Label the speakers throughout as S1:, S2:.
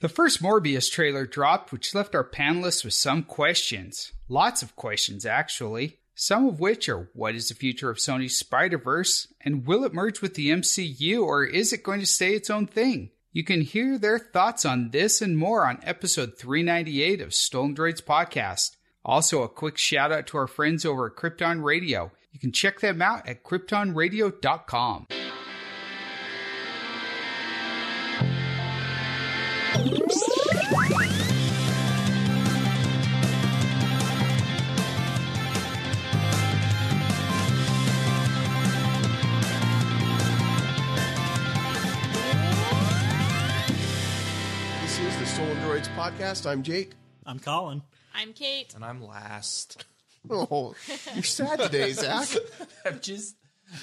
S1: The first Morbius trailer dropped, which left our panelists with some questions. Lots of questions, actually. Some of which are what is the future of Sony's Spider Verse, and will it merge with the MCU, or is it going to stay its own thing? You can hear their thoughts on this and more on episode 398 of Stolen Droids Podcast. Also, a quick shout out to our friends over at Krypton Radio. You can check them out at kryptonradio.com.
S2: This is the Stolen Droids podcast. I'm Jake.
S3: I'm Colin.
S4: I'm Kate.
S5: and I'm last.
S2: Oh, you're sad today, Zach.
S5: I'm just,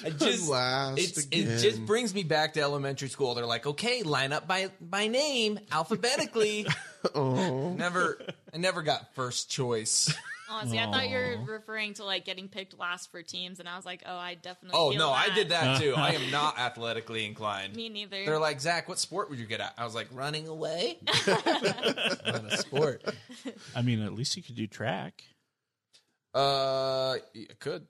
S5: I just,
S2: Last
S5: it's,
S2: again.
S5: it just brings me back to elementary school. They're like, okay, line up by by name alphabetically.
S2: Oh,
S5: never, I never got first choice.
S4: Honestly, I thought you were referring to like getting picked last for teams, and I was like, oh, I definitely.
S5: Oh
S4: feel
S5: no,
S4: that.
S5: I did that too. I am not athletically inclined.
S4: Me neither.
S5: They're like, Zach, what sport would you get at? I was like, running away. Not a sport.
S3: I mean, at least you could do track.
S5: Uh, y- could,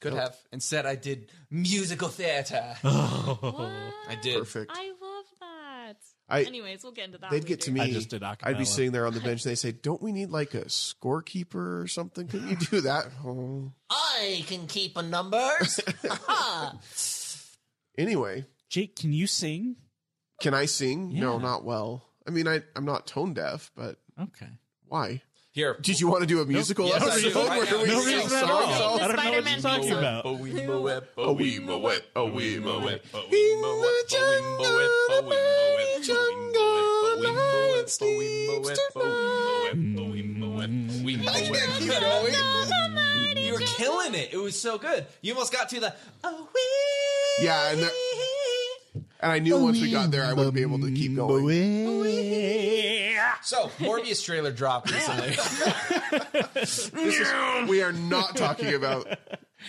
S5: could have. Instead, I did musical theater.
S3: Oh.
S4: What?
S5: oh, I did.
S2: perfect.
S4: I love that.
S2: I-
S4: Anyways, we'll get into that.
S2: They'd get to
S4: later.
S2: me.
S3: I just did a
S2: I'd be
S3: cappella.
S2: sitting there on the bench. and They say, "Don't we need like a scorekeeper or something? Can you do that?" Oh.
S5: I can keep a numbers.
S2: Anyway,
S3: Jake, can you sing?
S2: can I sing? No,
S3: Yeah.
S2: not well. I mean, I I'm not tone deaf, but
S3: Okay.
S2: why?
S5: Here,
S2: Did you want to do a musical
S5: Yes, I
S2: episode
S5: do. Right
S2: where
S5: now.
S2: we
S5: No
S2: sing
S5: reason at
S2: songs
S5: all.
S2: all
S4: The
S3: I don't know what
S4: Spider-Man
S3: you're talking
S4: song.
S3: about.
S5: Boeemo whip,
S4: Boeemo whip,
S5: boeemo whip,
S2: boeemo whip, boeemo whip, boeemo whip, boeemo whip, boeemo whip, boeemo whip,
S5: You were killing it. It was so good. You almost got to the oh we.
S2: Yeah, and And I knew once we got there, I wouldn't be able to keep going.
S5: So Morbius trailer dropped recently.
S2: We are not talking about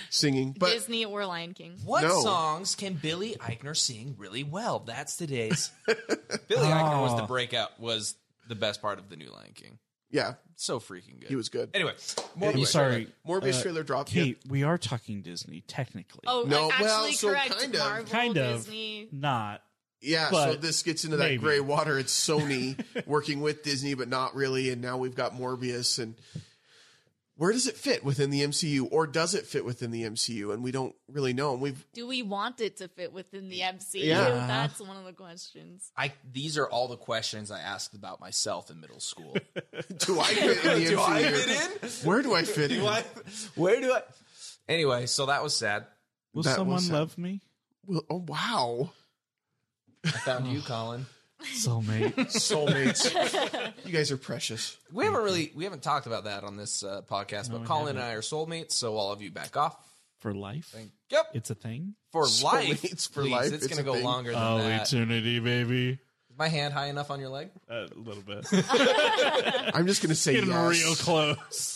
S2: singing, but
S4: Disney or Lion King.
S5: what
S2: No.
S5: songs can Billy Eichner sing really well? That's today's. Billy Eichner was the breakout. Was the best part of the new Lion King.
S2: yeah,
S5: So freaking good.
S2: he was good.
S5: Anyway, Morbius.
S2: Anyway.
S3: Sorry.
S2: Morbius
S3: Uh,
S2: trailer dropped.
S3: Kate, we are talking Disney, technically.
S4: Oh,
S2: No,
S4: like, actually
S2: well, so
S4: correct.
S2: kind of.
S4: Marvel,
S3: Kind of.
S4: Disney.
S3: Not.
S2: Yeah, so
S3: But
S2: this gets into that
S3: maybe.
S2: gray water. It's Sony working with Disney, but not really. And now we've got Morbius. And where does it fit within the MCU, or does it fit within the MCU? And we don't really know. And we've
S4: Do we want it to fit within the MCU?
S2: Yeah.
S4: That's one of the questions.
S5: I these are all the questions I asked about myself in middle school.
S2: do I fit in the
S5: Do
S2: MCU?
S5: I fit in?
S2: Where do I fit in?
S5: Do I? Where do I? Anyway, so that was sad.
S3: Will
S2: That
S3: someone
S2: was-
S3: love me?
S2: Well, oh wow,
S5: I found you, Colin.
S3: Soulmate.
S2: soulmates! you guys are precious.
S5: We haven't really we haven't talked about that on this uh, podcast, but Colin and I are soulmates, so all of you back off.
S3: For life?
S5: Yep,
S3: It's a thing?
S5: for life,
S2: Soulmates for
S5: please.
S2: life,
S5: It's,
S2: it's
S5: gonna
S2: a
S5: go
S2: thing.
S5: longer than
S3: Oh,
S5: that.
S3: eternity, baby.
S5: Is my hand high enough on your leg?
S3: A little bit.
S2: I'm just gonna say
S3: Getting
S2: yes.
S3: real close.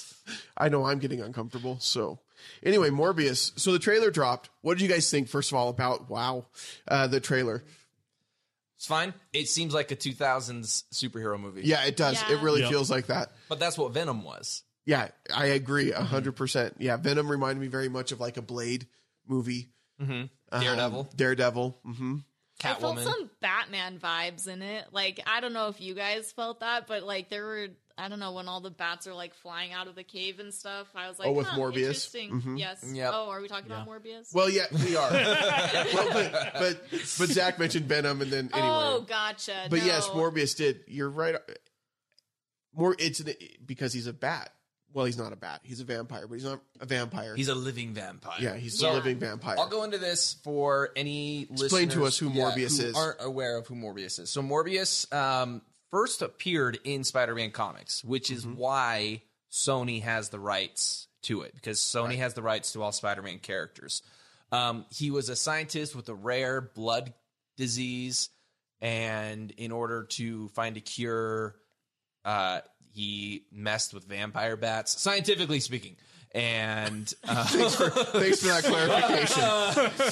S2: I know I'm getting uncomfortable. So, anyway, Morbius. So the trailer dropped. What did you guys think? First of all, about wow, uh, the trailer.
S5: It's fine. It seems like a 2000s superhero movie.
S2: Yeah, it does. It
S4: Yeah.
S2: really
S3: Yep.
S2: feels like that.
S5: but that's what Venom was.
S2: Yeah, I agree a
S5: Mm-hmm.
S2: hundred percent. Yeah, Venom reminded me very much of like a Blade movie. Um,
S5: Daredevil,
S2: Daredevil. hmm
S4: I felt
S5: Catwoman.
S4: some Batman vibes in it. Like I don't know if you guys felt that, but like there were I don't know when all the bats are like flying out of the cave and stuff. I was like,
S2: Oh, with
S4: huh,
S2: Morbius?
S4: Interesting.
S2: Mhm.
S4: Yes.
S5: Yep.
S4: Oh, are we talking about Morbius?
S2: Well, yeah, we are. well, but, but but Zach mentioned Venom, and then anyway.
S4: Oh, gotcha.
S2: but
S4: no.
S2: yes, Morbius did. You're right. More, it's an, because he's a bat. Well, he's not a bat. He's a vampire, but he's not a vampire.
S5: He's a living vampire.
S2: yeah, he's
S4: Yeah.
S2: a living vampire.
S5: I'll go into this for any
S2: Explain to
S5: listeners-
S2: us who Morbius
S5: who
S2: is.
S5: Aren't aware of who Morbius is. So Morbius um, first appeared in Spider-Man comics, which is
S2: Mm-hmm.
S5: why Sony has the rights to it because Sony has the rights to all Spider-Man characters. Um, he was a scientist with a rare blood disease, and in order to find a cure, uh, he messed with vampire bats, scientifically speaking. And uh,
S2: Thanks for that clarification.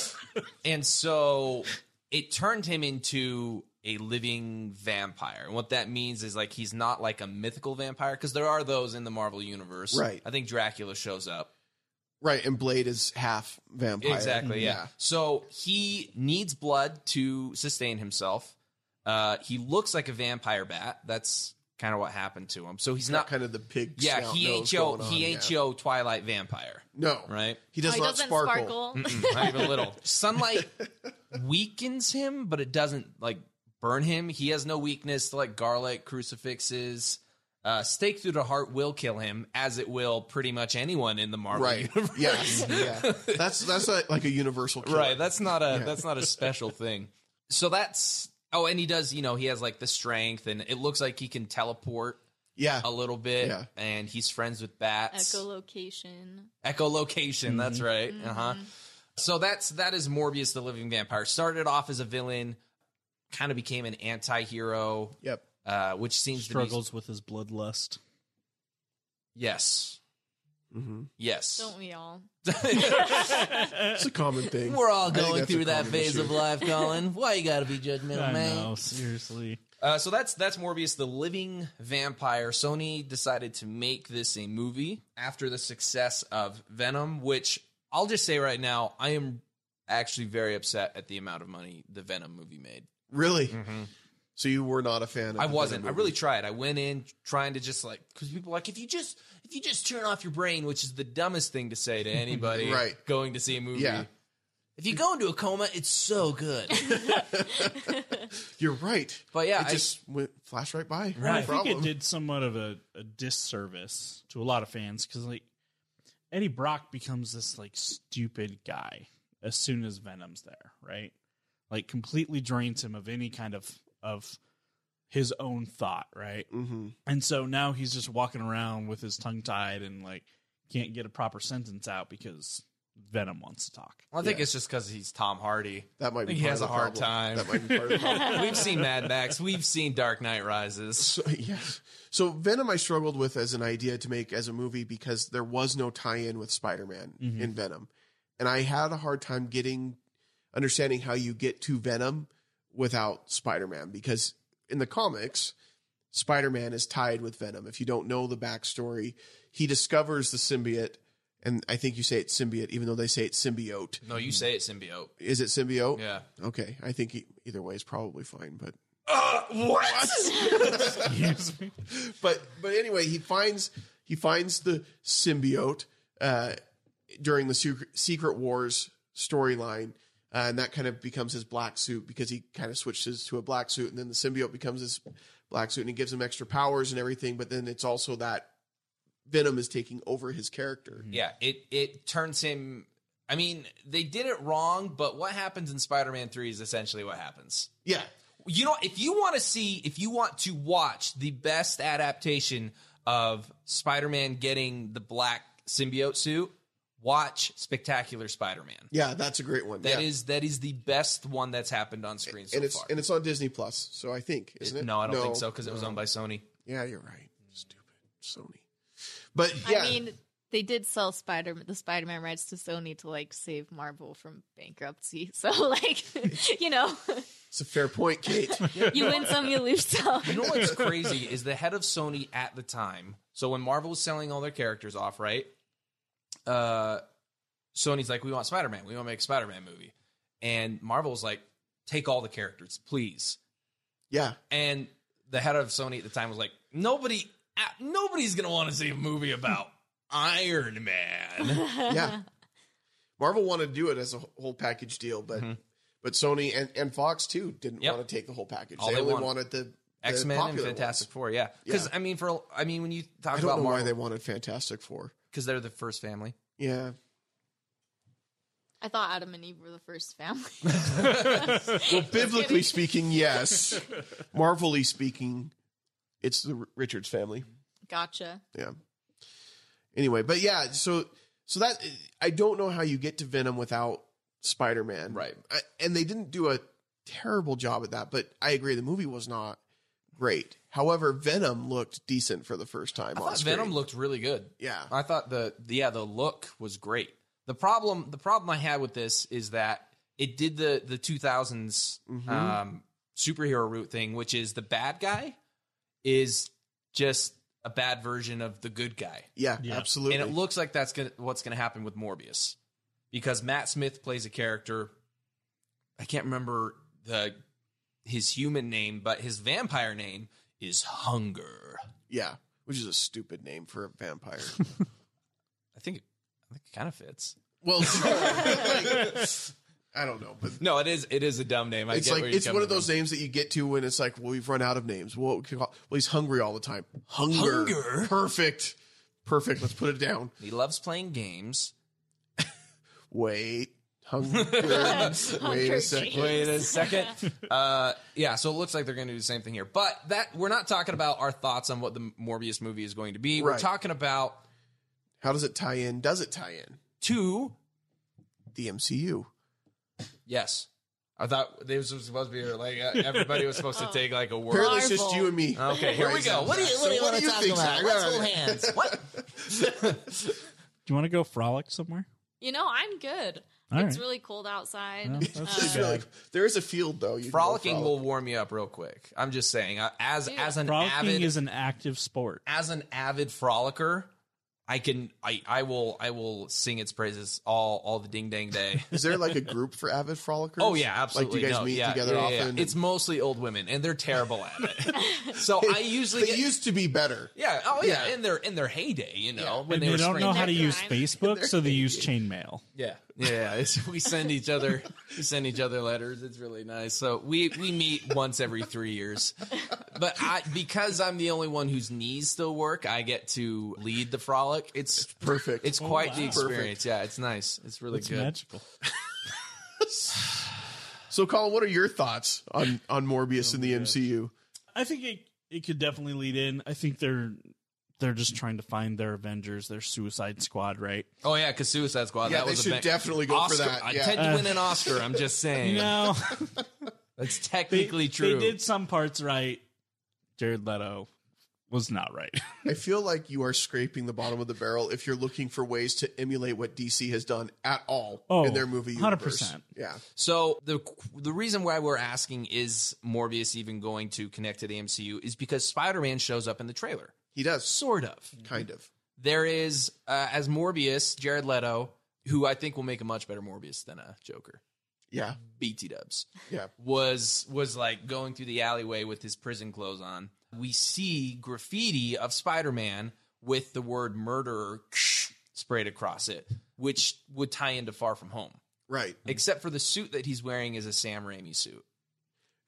S5: and so it turned him into a living vampire. And what that means is like he's not like a mythical vampire because there are those in the Marvel universe.
S2: Right.
S5: I think Dracula shows up.
S2: Right, and Blade is half vampire. Mm-hmm.
S5: Exactly. Yeah. So he needs blood to sustain himself. Uh, he looks like a vampire bat. That's kind of what happened to him. So he's
S2: Not
S5: not.
S2: kind of the pig.
S5: yeah,
S2: snout
S5: he
S2: nose
S5: ain't yo.
S2: going on,
S5: He ain't
S2: yeah.
S5: yo. Twilight vampire.
S2: No,
S5: Right.
S2: He does
S4: Oh, he
S2: not
S4: doesn't
S2: sparkle.
S4: sparkle.
S5: Mm-mm, not even a little. Sunlight weakens him, but it doesn't like burn him. He has no weakness to like garlic, crucifixes. Uh, stake through the heart will kill him, as it will pretty much anyone in the Marvel
S2: Right.
S5: universe.
S2: Yes. Yeah. That's that's a, like a universal. Killer.
S5: Right. That's not a that's not a special thing. So that's oh, and he does. You know, he has like the strength, and it looks like he can teleport
S2: yeah.
S5: a little bit.
S2: Yeah.
S5: And he's friends with bats.
S4: Echolocation.
S5: Echolocation. That's
S2: Mm-hmm.
S5: right. Uh huh. So that's that is Morbius, the Living Vampire. Started off as a villain, kind of became an anti-hero,
S2: Yep.
S5: uh, which seems to
S3: Struggles with his bloodlust.
S5: be yes,
S2: hmm
S5: yes.
S4: Don't we all?
S2: It's a common thing.
S5: We're all
S2: I think
S5: going
S2: that's a
S5: through that
S2: common
S5: phase
S2: issue.
S5: of life, Colin. Why you gotta be judgmental,
S3: I
S5: man?
S3: know, seriously.
S5: Uh, so that's that's Morbius, the living vampire. Sony decided to make this a movie after the success of Venom, which I'll just say right now, I am actually very upset at the amount of money the Venom movie made.
S2: Really? So you were not a fan? Of
S5: Mm-hmm. I
S2: the
S5: wasn't. I
S2: Venom
S5: really
S2: movie.
S5: tried. I went in trying to just like because people are like if you just if you just turn off your brain, which is the dumbest thing to say to anybody
S2: Right.
S5: going to see a movie.
S2: Yeah.
S5: If you go into a coma, it's so good.
S2: You're right.
S5: But yeah,
S2: it
S5: I-
S2: just went flash right by.
S5: Right.
S3: I
S2: No
S3: think
S2: problem.
S3: it did somewhat of a, a disservice to a lot of fans because like Eddie Brock becomes this like stupid guy as soon as Venom's there, right? Like completely drains him of any kind of of his own thought, right?
S2: Mm-hmm.
S3: And so now he's just walking around with his tongue tied and like can't get a proper sentence out because Venom wants to talk.
S5: Well, I think
S2: Yeah.
S5: it's just because he's Tom Hardy.
S2: That might be.
S5: He
S2: part
S5: has
S2: of
S5: a
S2: the
S5: hard
S2: problem.
S5: time.
S2: That might be part of the problem.
S5: We've seen Mad Max. We've seen Dark Knight Rises.
S2: So, yeah. So Venom, I struggled with as an idea to make as a movie because there was no tie-in with Spider-Man
S3: Mhm.
S2: in Venom, and I had a hard time getting understanding how you get to Venom without Spider-Man because in the comics, Spider-Man is tied with Venom. If you don't know the backstory, he discovers the symbiote, and I think you say it's symbiote, even though they say it's symbiote.
S5: No, you say it, symbiote.
S2: Is it symbiote?
S5: Yeah.
S2: Okay, I think e- either way is probably fine, but
S3: Excuse me.
S2: but but anyway, he finds he finds the symbiote uh, during the secret, secret Wars storyline, uh, and that kind of becomes his black suit because he kind of switches to a black suit, and then the symbiote becomes his black suit, and it gives him extra powers and everything. But then it's also that Venom is taking over his character.
S5: Yeah, it it turns him. I mean, they did it wrong, but what happens in Spider-Man Three is essentially what happens.
S2: Yeah,
S5: You know, if you want to see, if you want to watch the best adaptation of Spider-Man getting the black symbiote suit, watch Spectacular Spider-Man.
S2: yeah, that's a great one.
S5: That is
S2: yeah.
S5: that is the best one that's happened on screen so
S2: and it's
S5: far.
S2: and it's on Disney Plus, so I think isn't it?
S5: no, I don't think so because it was
S2: no.
S5: owned by Sony.
S2: Yeah, you're right. Stupid Sony. But yeah,
S4: I mean, they did sell Spider the Spider Man rights to Sony to like save Marvel from bankruptcy. So like, you know,
S2: it's a fair point, Kate.
S4: you win some, you lose some.
S5: You know what's crazy is the head of Sony at the time. So when Marvel was selling all their characters off, right? Uh, Sony's like, we want Spider Man. We want to make a Spider Man movie. And Marvel's like, take all the characters, please.
S2: yeah.
S5: And the head of Sony at the time was like, nobody, ah, nobody's gonna want to see a movie about Iron Man.
S2: yeah. Marvel wanted to do it as a whole package deal, but but Sony and, and Fox too didn't
S5: Mm-hmm. Yep.
S2: want to take the whole package.
S5: All
S2: they,
S5: they
S2: only
S5: wanted-
S2: wanted the, the
S5: X Men and
S2: popular
S5: Fantastic
S2: ones.
S5: Four, yeah. Because
S2: Yeah.
S5: I mean, for I mean, when you talk
S2: I don't
S5: about
S2: know why they
S5: Marvel,
S2: wanted Fantastic Four.
S5: because they- are the first family.
S2: Yeah.
S4: I thought Adam and Eve were the first family.
S2: Well, biblically speaking, yes. Marvelly speaking, it's the R- Richards family.
S4: Gotcha.
S2: Yeah. Anyway, but yeah, so so that I don't know how you get to Venom without Spider Man,
S5: Right.
S2: I, and they didn't do a terrible job at that, but I agree the movie was not great. However, Venom looked decent for the first time.
S5: I
S2: on
S5: thought
S2: screen.
S5: Venom looked really good.
S2: yeah,
S5: I thought the, the yeah the look was great. The problem the problem I had with this is that it did the the 2000s
S2: Mhm.
S5: um, superhero root thing, which is the bad guy is just a bad version of the good guy.
S2: Yeah,
S3: Yeah.
S2: absolutely.
S5: And it looks like that's gonna, what's going to happen with Morbius, because Matt Smith plays a character. I can't remember the his human name, but his vampire name is Hunger.
S2: yeah, which is a stupid name for a vampire.
S5: I think it, I think it kind of fits.
S2: well, sure. Like, I don't know, but
S5: No, it is it is a dumb name. I
S2: it's
S5: get
S2: like
S5: where you're
S2: it's one
S5: coming
S2: of those
S5: from.
S2: names that you get to when it's like, well, we've run out of names. Well, we could call- well he's hungry all the time. Hunger.
S5: Hunger?
S2: Perfect. Perfect. Let's put it down.
S5: He loves playing games.
S2: Wait. Hunger. Wait a second.
S5: Wait a second. uh, yeah, so it looks like they're going to do the same thing here. But that we're not talking about our thoughts on what the Morbius movie is going to be. We're
S2: Right.
S5: talking about
S2: How does it tie in? Does it tie in?
S5: two.
S2: The MCU.
S5: Yes, I thought this was supposed to be like uh, everybody was supposed to take like a word.
S2: Apparently, it's just you and me.
S5: Okay, Oh, here we go. What do you what do you
S2: So what
S5: want
S2: do
S5: to
S2: you
S5: talk
S2: think,
S5: about?
S2: Zach?
S5: Let's hold hands. What?
S3: Do you want to go frolic somewhere?
S4: You know, I'm good.
S3: All
S4: it's
S3: right.
S4: really cold outside.
S3: No, that's
S2: It's
S4: Uh,
S3: too bad.
S2: really- there is a field though. You can go
S5: Frolicking
S2: frolic.
S5: will warm you up real quick. I'm just saying, uh, as
S4: Dude.
S5: as an
S3: Frolicking
S5: avid
S3: is an active sport.
S5: as an avid frolicker, I can I I will I will sing its praises all all the ding dang day.
S2: Is there like a group for avid frolickers?
S5: Oh yeah,
S2: Like
S5: absolutely.
S2: do you guys
S5: No,
S2: meet
S5: yeah,
S2: together
S5: yeah, yeah,
S2: often?
S5: yeah.
S2: and-
S5: It's mostly old women, and they're terrible at it. so I usually
S2: they
S5: get-
S2: used to be better.
S5: yeah, oh yeah,
S2: Yeah.
S5: in their in their heyday, you know, when
S3: And
S5: they,
S3: they
S5: were
S3: don't know
S5: screaming.
S3: how to use
S4: They're
S3: Facebook, so they use chainmail.
S5: Yeah, yeah. yeah. It's, we send each other we send each other letters. It's really nice. So we we meet once every three years, but I because I'm the only one whose knees still work, I get to lead the frolic. It's
S2: Perfect.
S5: it's quite the
S3: Oh, wow.
S5: experience. Yeah, it's nice. It's really
S3: It's
S5: good.
S3: magical.
S2: so, Colin, what are your thoughts on on Morbius in the MCU?
S3: I think it it could definitely lead in. I think they're they're just trying to find their Avengers, their Suicide Squad, right?
S5: Oh yeah, because Suicide Squad.
S2: yeah,
S5: that
S2: they
S5: was
S2: should
S5: a ba-
S2: definitely go
S5: Oscar.
S2: for that.
S5: I
S2: Yeah.
S5: tend to win an Oscar. I'm just saying.
S3: No,
S5: That's technically true.
S3: They did some parts right. Jared Leto was not right.
S2: I feel like you are scraping the bottom of the barrel if you're looking for ways to emulate what DC has done at all
S3: Oh,
S2: in their movie universe.
S3: 100%.
S2: Yeah.
S5: So the the reason why we're asking is Morbius even going to connect to the MCU is because Spider Man shows up in the trailer,
S2: He does.
S5: sort of.
S2: Kind of.
S5: There is uh, as Morbius, Jared Leto, who I think will make a much better Morbius than a Joker.
S2: Yeah.
S5: BT Dubs
S2: Yeah.
S5: was was like going through the alleyway with his prison clothes on. We see graffiti of Spider-Man with the word murderer sprayed across it, which would tie into Far From Home.
S2: Right.
S5: Except for the suit that he's wearing is a Sam Raimi suit.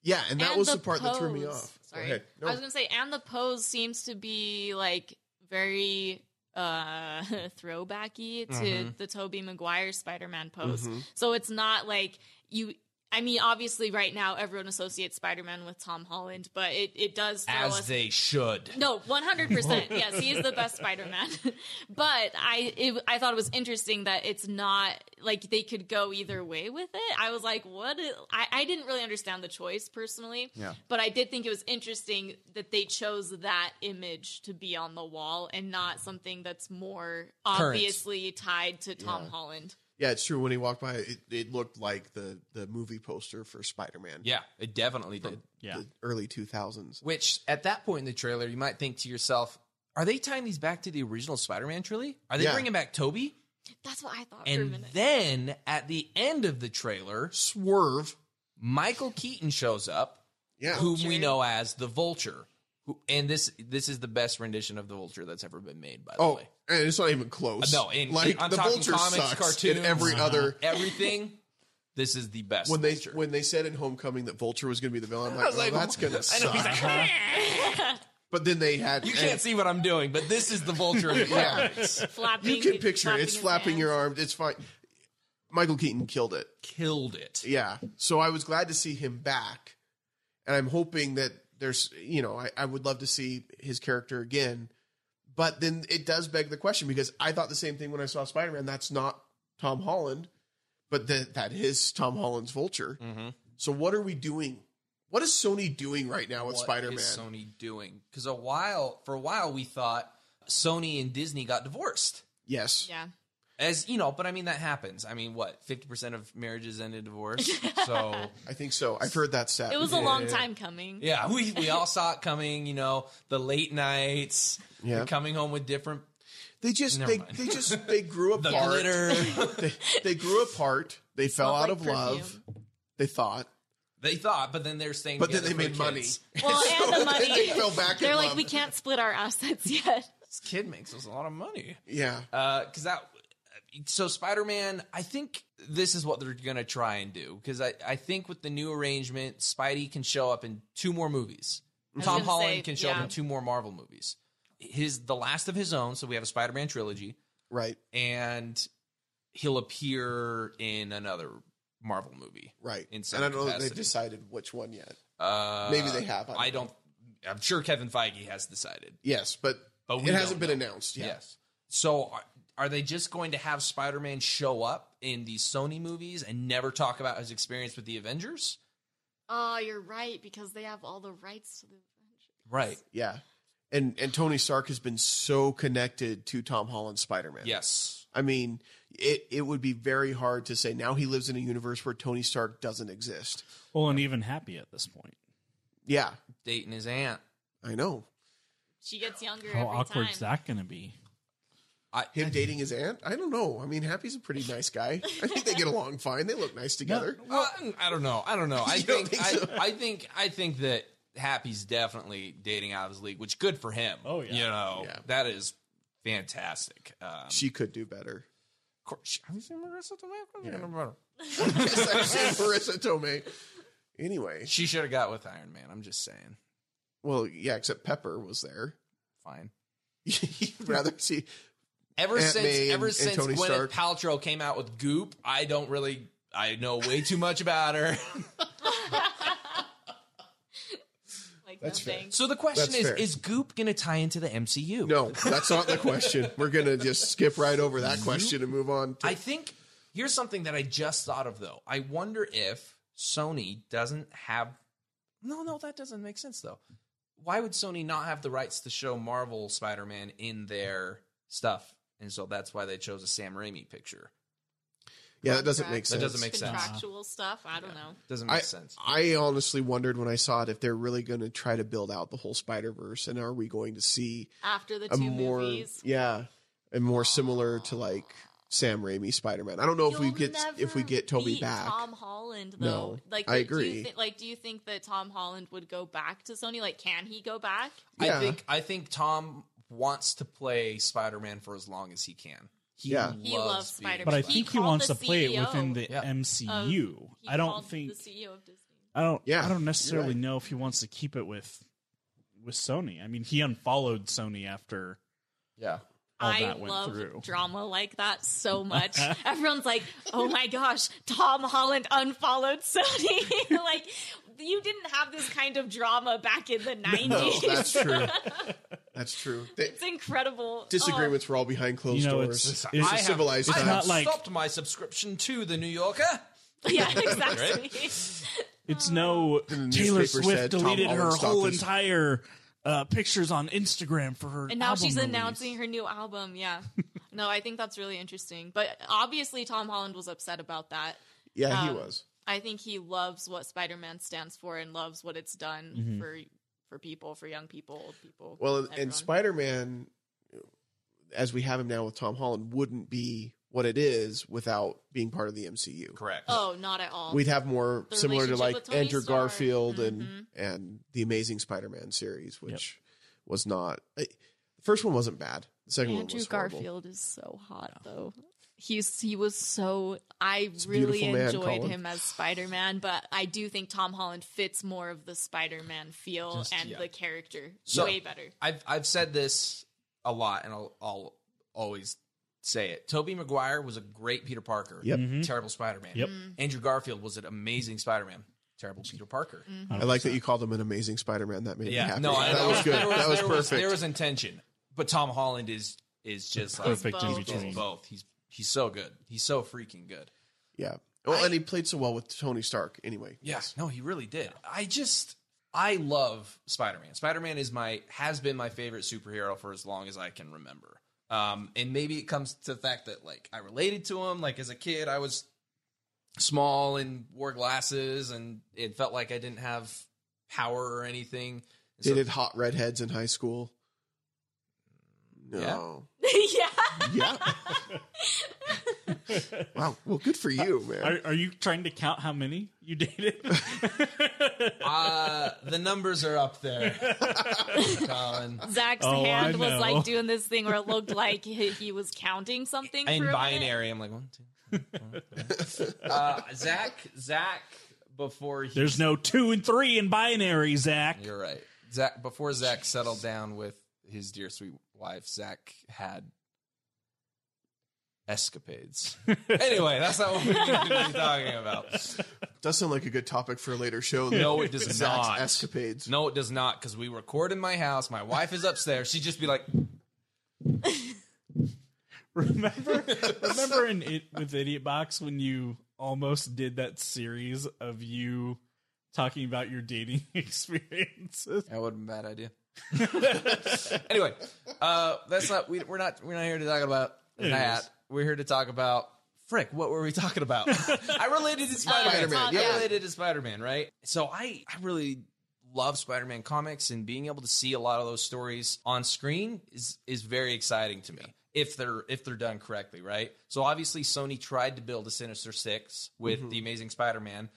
S2: Yeah, and that
S4: and
S2: was the, part that threw me
S4: pose.
S2: off. Go
S4: Sorry.
S2: ahead. No.
S4: I was going to say, and the pose seems to be like very uh throwbacky to
S2: Mm-hmm.
S5: Mhm.
S4: the Toby Maguire Spider-Man pose.
S2: Mhm.
S4: So it's not like you I mean, obviously right now everyone associates Spider-Man with Tom Holland, but it, it does throw
S5: As
S4: us
S5: they should.
S4: No, one hundred percent. Yes, he is the best Spider Man. but I, it, I thought it was interesting that it's not like they could go either way with it. I was like, what? Is, I, I didn't really understand the choice personally.
S2: Yeah.
S4: But I did think it was interesting that they chose that image to be on the wall and not something that's more
S5: Current.
S4: obviously tied to Tom
S2: Yeah.
S4: Holland.
S2: Yeah, it's true. When he walked by, it, it looked like the the movie poster for Spider Man.
S5: Yeah, it definitely did.
S3: Yeah,
S2: The early two thousands.
S5: Which at that point in the trailer, you might think to yourself, are they tying these back to the original Spider-Man trilogy? Are they
S2: Yeah.
S5: bringing back Toby?
S4: That's what I thought for a
S5: And
S4: minute.
S5: then at the end of the trailer,
S2: Swerve.
S5: Michael Keaton shows up,
S2: Yeah.
S5: whom we know as the Vulture. Who, and this this is the best rendition of the Vulture that's ever been made. By the
S2: Oh,
S5: way,
S2: and it's not even close.
S5: Uh, no, in-
S2: like
S5: I'm
S2: the
S5: talking
S2: vulture
S5: comics,
S2: sucks
S5: cartoons.
S2: and every
S5: Uh-huh.
S2: other.
S5: everything. this is the best.
S2: When they
S5: Vulture.
S2: when they said in Homecoming that Vulture was going to be the villain, I'm like,
S5: was
S2: oh,
S5: like,
S2: that's going to suck. but then they had
S5: you can't see what I'm doing, but this is the Vulture. Of the
S2: Yeah.
S5: comics.
S4: flapping,
S2: you can picture it. It's
S4: his
S2: flapping
S4: hands.
S2: your arms. It's fine. Michael Keaton killed it.
S5: killed it.
S2: Yeah. So I was glad to see him back, and I'm hoping that there's you know I, I would love to see his character again, but then it does beg the question because I thought the same thing when I saw Spider Man. That's not Tom Holland, but that that is Tom Holland's Vulture.
S5: Mm-hmm.
S2: So what are we doing? What is Sony doing right now with
S5: What
S2: Spider Man?
S5: is Sony doing? Because a while for a while we thought Sony and Disney got divorced.
S2: yes.
S4: Yeah.
S5: As you know, but I mean that happens. I mean, what fifty percent of marriages end in divorce. So
S2: I think so. I've heard that stat.
S4: It was a long
S5: Yeah.
S4: time coming.
S5: yeah, we we all saw it coming. You know, the late nights,
S2: Yeah.
S5: the coming home with different
S2: They just
S5: Never
S2: they,
S5: mind.
S2: they just they grew
S5: the
S2: apart.
S5: glitter.
S2: They, they grew apart. They fell out
S4: Smelled
S2: of
S4: like
S2: love.
S4: perfume.
S2: They thought,
S5: they thought, but then they're staying.
S2: but then
S5: together
S2: they
S5: for the
S2: made money.
S5: kids.
S4: Well, and the money.
S2: they fell back.
S4: They're
S2: in
S4: like,
S2: love.
S4: we can't split our assets yet.
S5: This kid makes us a lot of money.
S2: Yeah,
S5: because that so spider-man i think this is what they're gonna try and do because I, I think with the new arrangement spidey can show up in two more movies
S4: was
S5: tom
S4: gonna
S5: holland
S4: say,
S5: can show up
S4: yeah.
S5: in two more marvel movies his the last of his own so we have a spider-man trilogy
S2: right,
S5: and he'll appear in another marvel movie
S2: right.
S5: In some
S2: and I don't know if they've
S5: capacity.
S2: decided which one yet.
S5: uh,
S2: Maybe they have.
S5: i don't i'm sure kevin feige has decided
S2: Yes, but,
S5: But we
S2: it hasn't
S5: don't
S2: been announced yet.
S5: Yes. So are, are they just going to have Spider-Man show up in these Sony movies and never talk about his experience with the Avengers?
S4: Oh, you're right because they have all the rights to the Avengers.
S5: Right.
S2: Yeah. And and Tony Stark has been so connected to Tom Holland's Spider Man.
S5: Yes.
S2: I mean, it, it would be very hard to say now he lives in a universe where Tony Stark doesn't exist.
S3: Well, and even happy at this point.
S2: Yeah,
S5: Dating his aunt.
S2: I know.
S4: She gets younger
S3: How
S4: every
S3: awkward's
S4: time.
S3: that going to be?
S5: I,
S2: Him dating his aunt? I don't know. I mean, Happy's a pretty nice guy. I think they get along fine. They look nice together.
S5: well, uh, I don't know. I don't know. I
S2: You don't
S5: think,
S2: think so?
S5: I, I think I think that Happy's definitely dating out of his league, which good for him.
S3: Oh, yeah.
S5: You know,
S2: Yeah.
S5: that is fantastic. Um,
S2: She could do better.
S5: of course, have you seen Marissa Tomei?
S2: Yeah. Yes, I've seen Marissa Tomei. Anyway,
S5: She should have got with Iron Man. I'm just saying.
S2: well, yeah, except Pepper was there.
S5: Fine.
S2: You'd rather see.
S5: Ever
S2: Aunt
S5: since
S2: May
S5: ever
S2: and- and
S5: since
S2: Tony
S5: Gwyneth
S2: Stark.
S5: Paltrow came out with Goop, I don't really I know way too much about her.
S4: Like
S2: That's fair.
S4: nothing.
S5: So the question
S2: That's
S5: is:
S2: fair.
S5: Is Goop going to tie into the MCU?
S2: No, that's not the question. We're going to just skip right over that question and move on to.
S5: I think here's something that I just thought of though. I wonder if Sony doesn't have. No, no, that doesn't make sense though. Why would Sony not have the rights to show Marvel Spider-Man in their stuff? And so that's why they chose a Sam Raimi picture.
S2: yeah, that doesn't make
S4: That
S2: sense.
S5: doesn't make sense.
S4: Contractual stuff. I don't know.
S5: Doesn't
S2: I,
S5: make sense.
S2: I honestly wondered when I saw it if they're really going to try to build out the whole Spider Verse, and are we going to see
S4: After the
S2: a
S4: two
S2: more
S4: movies,
S2: yeah, and more similar to like Sam Raimi Spider Man. I don't know if we
S4: You'll
S2: get if we
S4: never
S2: get Toby
S4: beat
S2: back.
S4: Tom Holland
S2: No,
S4: though. like
S2: I
S4: do you
S2: agree.
S4: thi- like do you think that Tom Holland would go back to Sony? Like can he go back?
S2: Yeah.
S5: I think I think Tom wants to play Spider-Man for as long as he can. He
S2: Yeah.
S5: loves,
S4: He loves
S5: being-
S4: Spider-Man.
S3: But I
S4: He
S3: think he
S4: called
S3: wants
S4: the
S3: to play it
S4: CEO
S3: within the
S5: Yeah.
S3: MCU.
S4: He
S3: I don't
S4: called
S3: think
S4: the E CEO of Disney.
S3: I don't.
S2: Yeah,
S3: I don't
S2: you're
S3: necessarily
S2: right.
S3: know if he wants to keep it with with Sony. I mean, he unfollowed Sony after
S5: Yeah.
S3: all
S4: I
S3: that went
S4: love
S3: through.
S4: drama like that so much. Everyone's like, "Oh my gosh, Tom Holland unfollowed Sony." like, you didn't have this kind of drama back in the nineties.
S2: no, Oh, that's true. That's true. They,
S4: it's incredible. Oh,
S2: disagreements were all behind closed
S3: You know,
S2: doors.
S3: it's-
S2: It's
S3: I
S2: a
S5: have-
S2: civilized
S5: I
S3: It's
S2: time.
S3: not
S5: have
S3: like-
S5: stopped my subscription to the New Yorker.
S4: Oh, yeah, exactly.
S3: It's
S4: Oh.
S3: no
S2: the
S3: Taylor
S2: newspaper
S3: Swift
S2: said Tom
S3: deleted her
S2: Holland
S3: whole
S2: stopped his-
S3: entire uh, pictures on Instagram for her.
S4: And now
S3: album
S4: she's
S3: release.
S4: announcing her new album. Yeah. No, I think that's really interesting. But obviously, Tom Holland was upset about that.
S2: yeah, he
S4: um,
S2: was.
S4: I think he loves what Spider Man stands for and loves what it's done
S3: Mm-hmm.
S4: for for people, for young people, old people.
S2: Well, and,
S4: everyone.
S2: and Spider Man, as we have him now with Tom Holland, wouldn't be what it is without being part of the MCU.
S5: Correct.
S4: Oh, not at all.
S2: We'd have more
S4: The
S2: similar to
S4: relationship
S2: like
S4: with Tony
S2: Andrew
S4: Stark.
S2: Garfield
S4: Mhm.
S2: and and the Amazing Spider Man series, which was not. I, the first one wasn't bad. The second one
S4: Andrew
S2: was horrible.
S4: Garfield is so hot though. He's he was so I
S2: a
S4: really
S2: beautiful man,
S4: enjoyed
S2: Colin.
S4: him as Spider Man, but I do think Tom Holland fits more of the Spider Man feel and
S5: yeah.
S4: the character
S5: So-
S4: way better.
S5: I've I've said this a lot, and I'll, I'll always say it. Toby Maguire was a great Peter Parker.
S2: Yep.
S5: Terrible Spider Man.
S3: Mm-hmm. Yep.
S4: Mm-hmm.
S5: Andrew Garfield was an amazing Spider Man. Terrible Peter Parker.
S2: I like that you called him an Amazing Spider Man. That made me
S5: Yeah.
S2: happy.
S5: No, I-
S2: that
S5: there
S2: was good.
S5: There
S2: that was
S5: there
S2: perfect.
S5: there was intention, but Tom Holland is is just like
S3: Perfect in
S4: both.
S5: he's
S3: between.
S5: both. He's he's so good. He's so freaking good.
S2: yeah. Well, and he played so well with Tony Stark. Anyway,
S5: Yes. No, he really did. I just I love Spider-Man. Spider-Man is my has been my favorite superhero for as long as I can remember. Um, and maybe it comes to the fact that like I related to him. Like as a kid, I was small and wore glasses, and it felt like I didn't have power or anything. And so-
S2: Dated hot redheads in high school. No.
S4: yeah.
S2: Yeah. Wow. Well, good for you, man.
S3: Are, are you trying to count how many you dated?
S5: uh, the numbers are up there, Colin.
S4: Zach's
S3: Oh, I
S4: hand was
S3: know.
S4: like doing this thing where it looked like he, he was counting something. for
S5: In
S4: a
S5: binary, I'm like one, two. three, four, five. uh, Zach, Zach, before he,
S3: There's no two and three in binary, Zach.
S5: you're right. Zach, before Zach settled down with his dear sweet wife, Zach had escapades. anyway, that's not what we need to be talking about.
S2: Does sound like a good topic for a later show.
S5: No, it does
S2: Zach's
S5: not.
S2: escapades.
S5: No, it does not, because we record in my house. My wife is upstairs. She'd just be like,
S3: Remember, remember in it with Idiot Box when you almost did that series of you talking about your dating experiences.
S5: "That would have been a bad idea." anyway, uh, that's not we, we're not we're not here to talk about
S3: is.
S5: that. We're here to talk about frick. What were we talking about? I related to Spider Man.
S2: Spider-Man,
S4: yeah.
S5: I related to Spider Man, right? So I I really love Spider Man comics and being able to see a lot of those stories on screen is is very exciting to me. If they're if they're done correctly, right? So obviously Sony tried to build a Sinister Six with the Amazing Spider Man,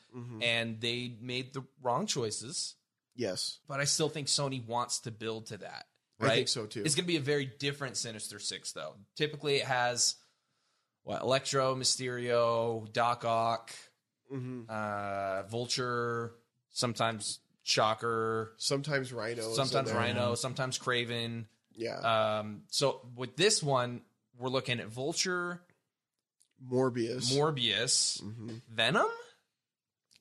S5: and they made the wrong choices
S2: Yes.
S5: but I still think Sony wants to build to that.
S2: I
S5: Right?
S2: think so, too.
S5: It's going to be a very different Sinister Six, though. Typically, it has what Electro, Mysterio, Doc Ock,
S2: hmm
S5: uh, Vulture, sometimes Shocker,
S2: Sometimes Rhino. is in
S5: sometimes
S2: there.
S5: Rhino, sometimes Craven.
S2: Yeah.
S5: Um, so with this one, we're looking at Vulture,
S2: Morbius.
S5: Morbius,
S2: Mhm.
S5: Venom.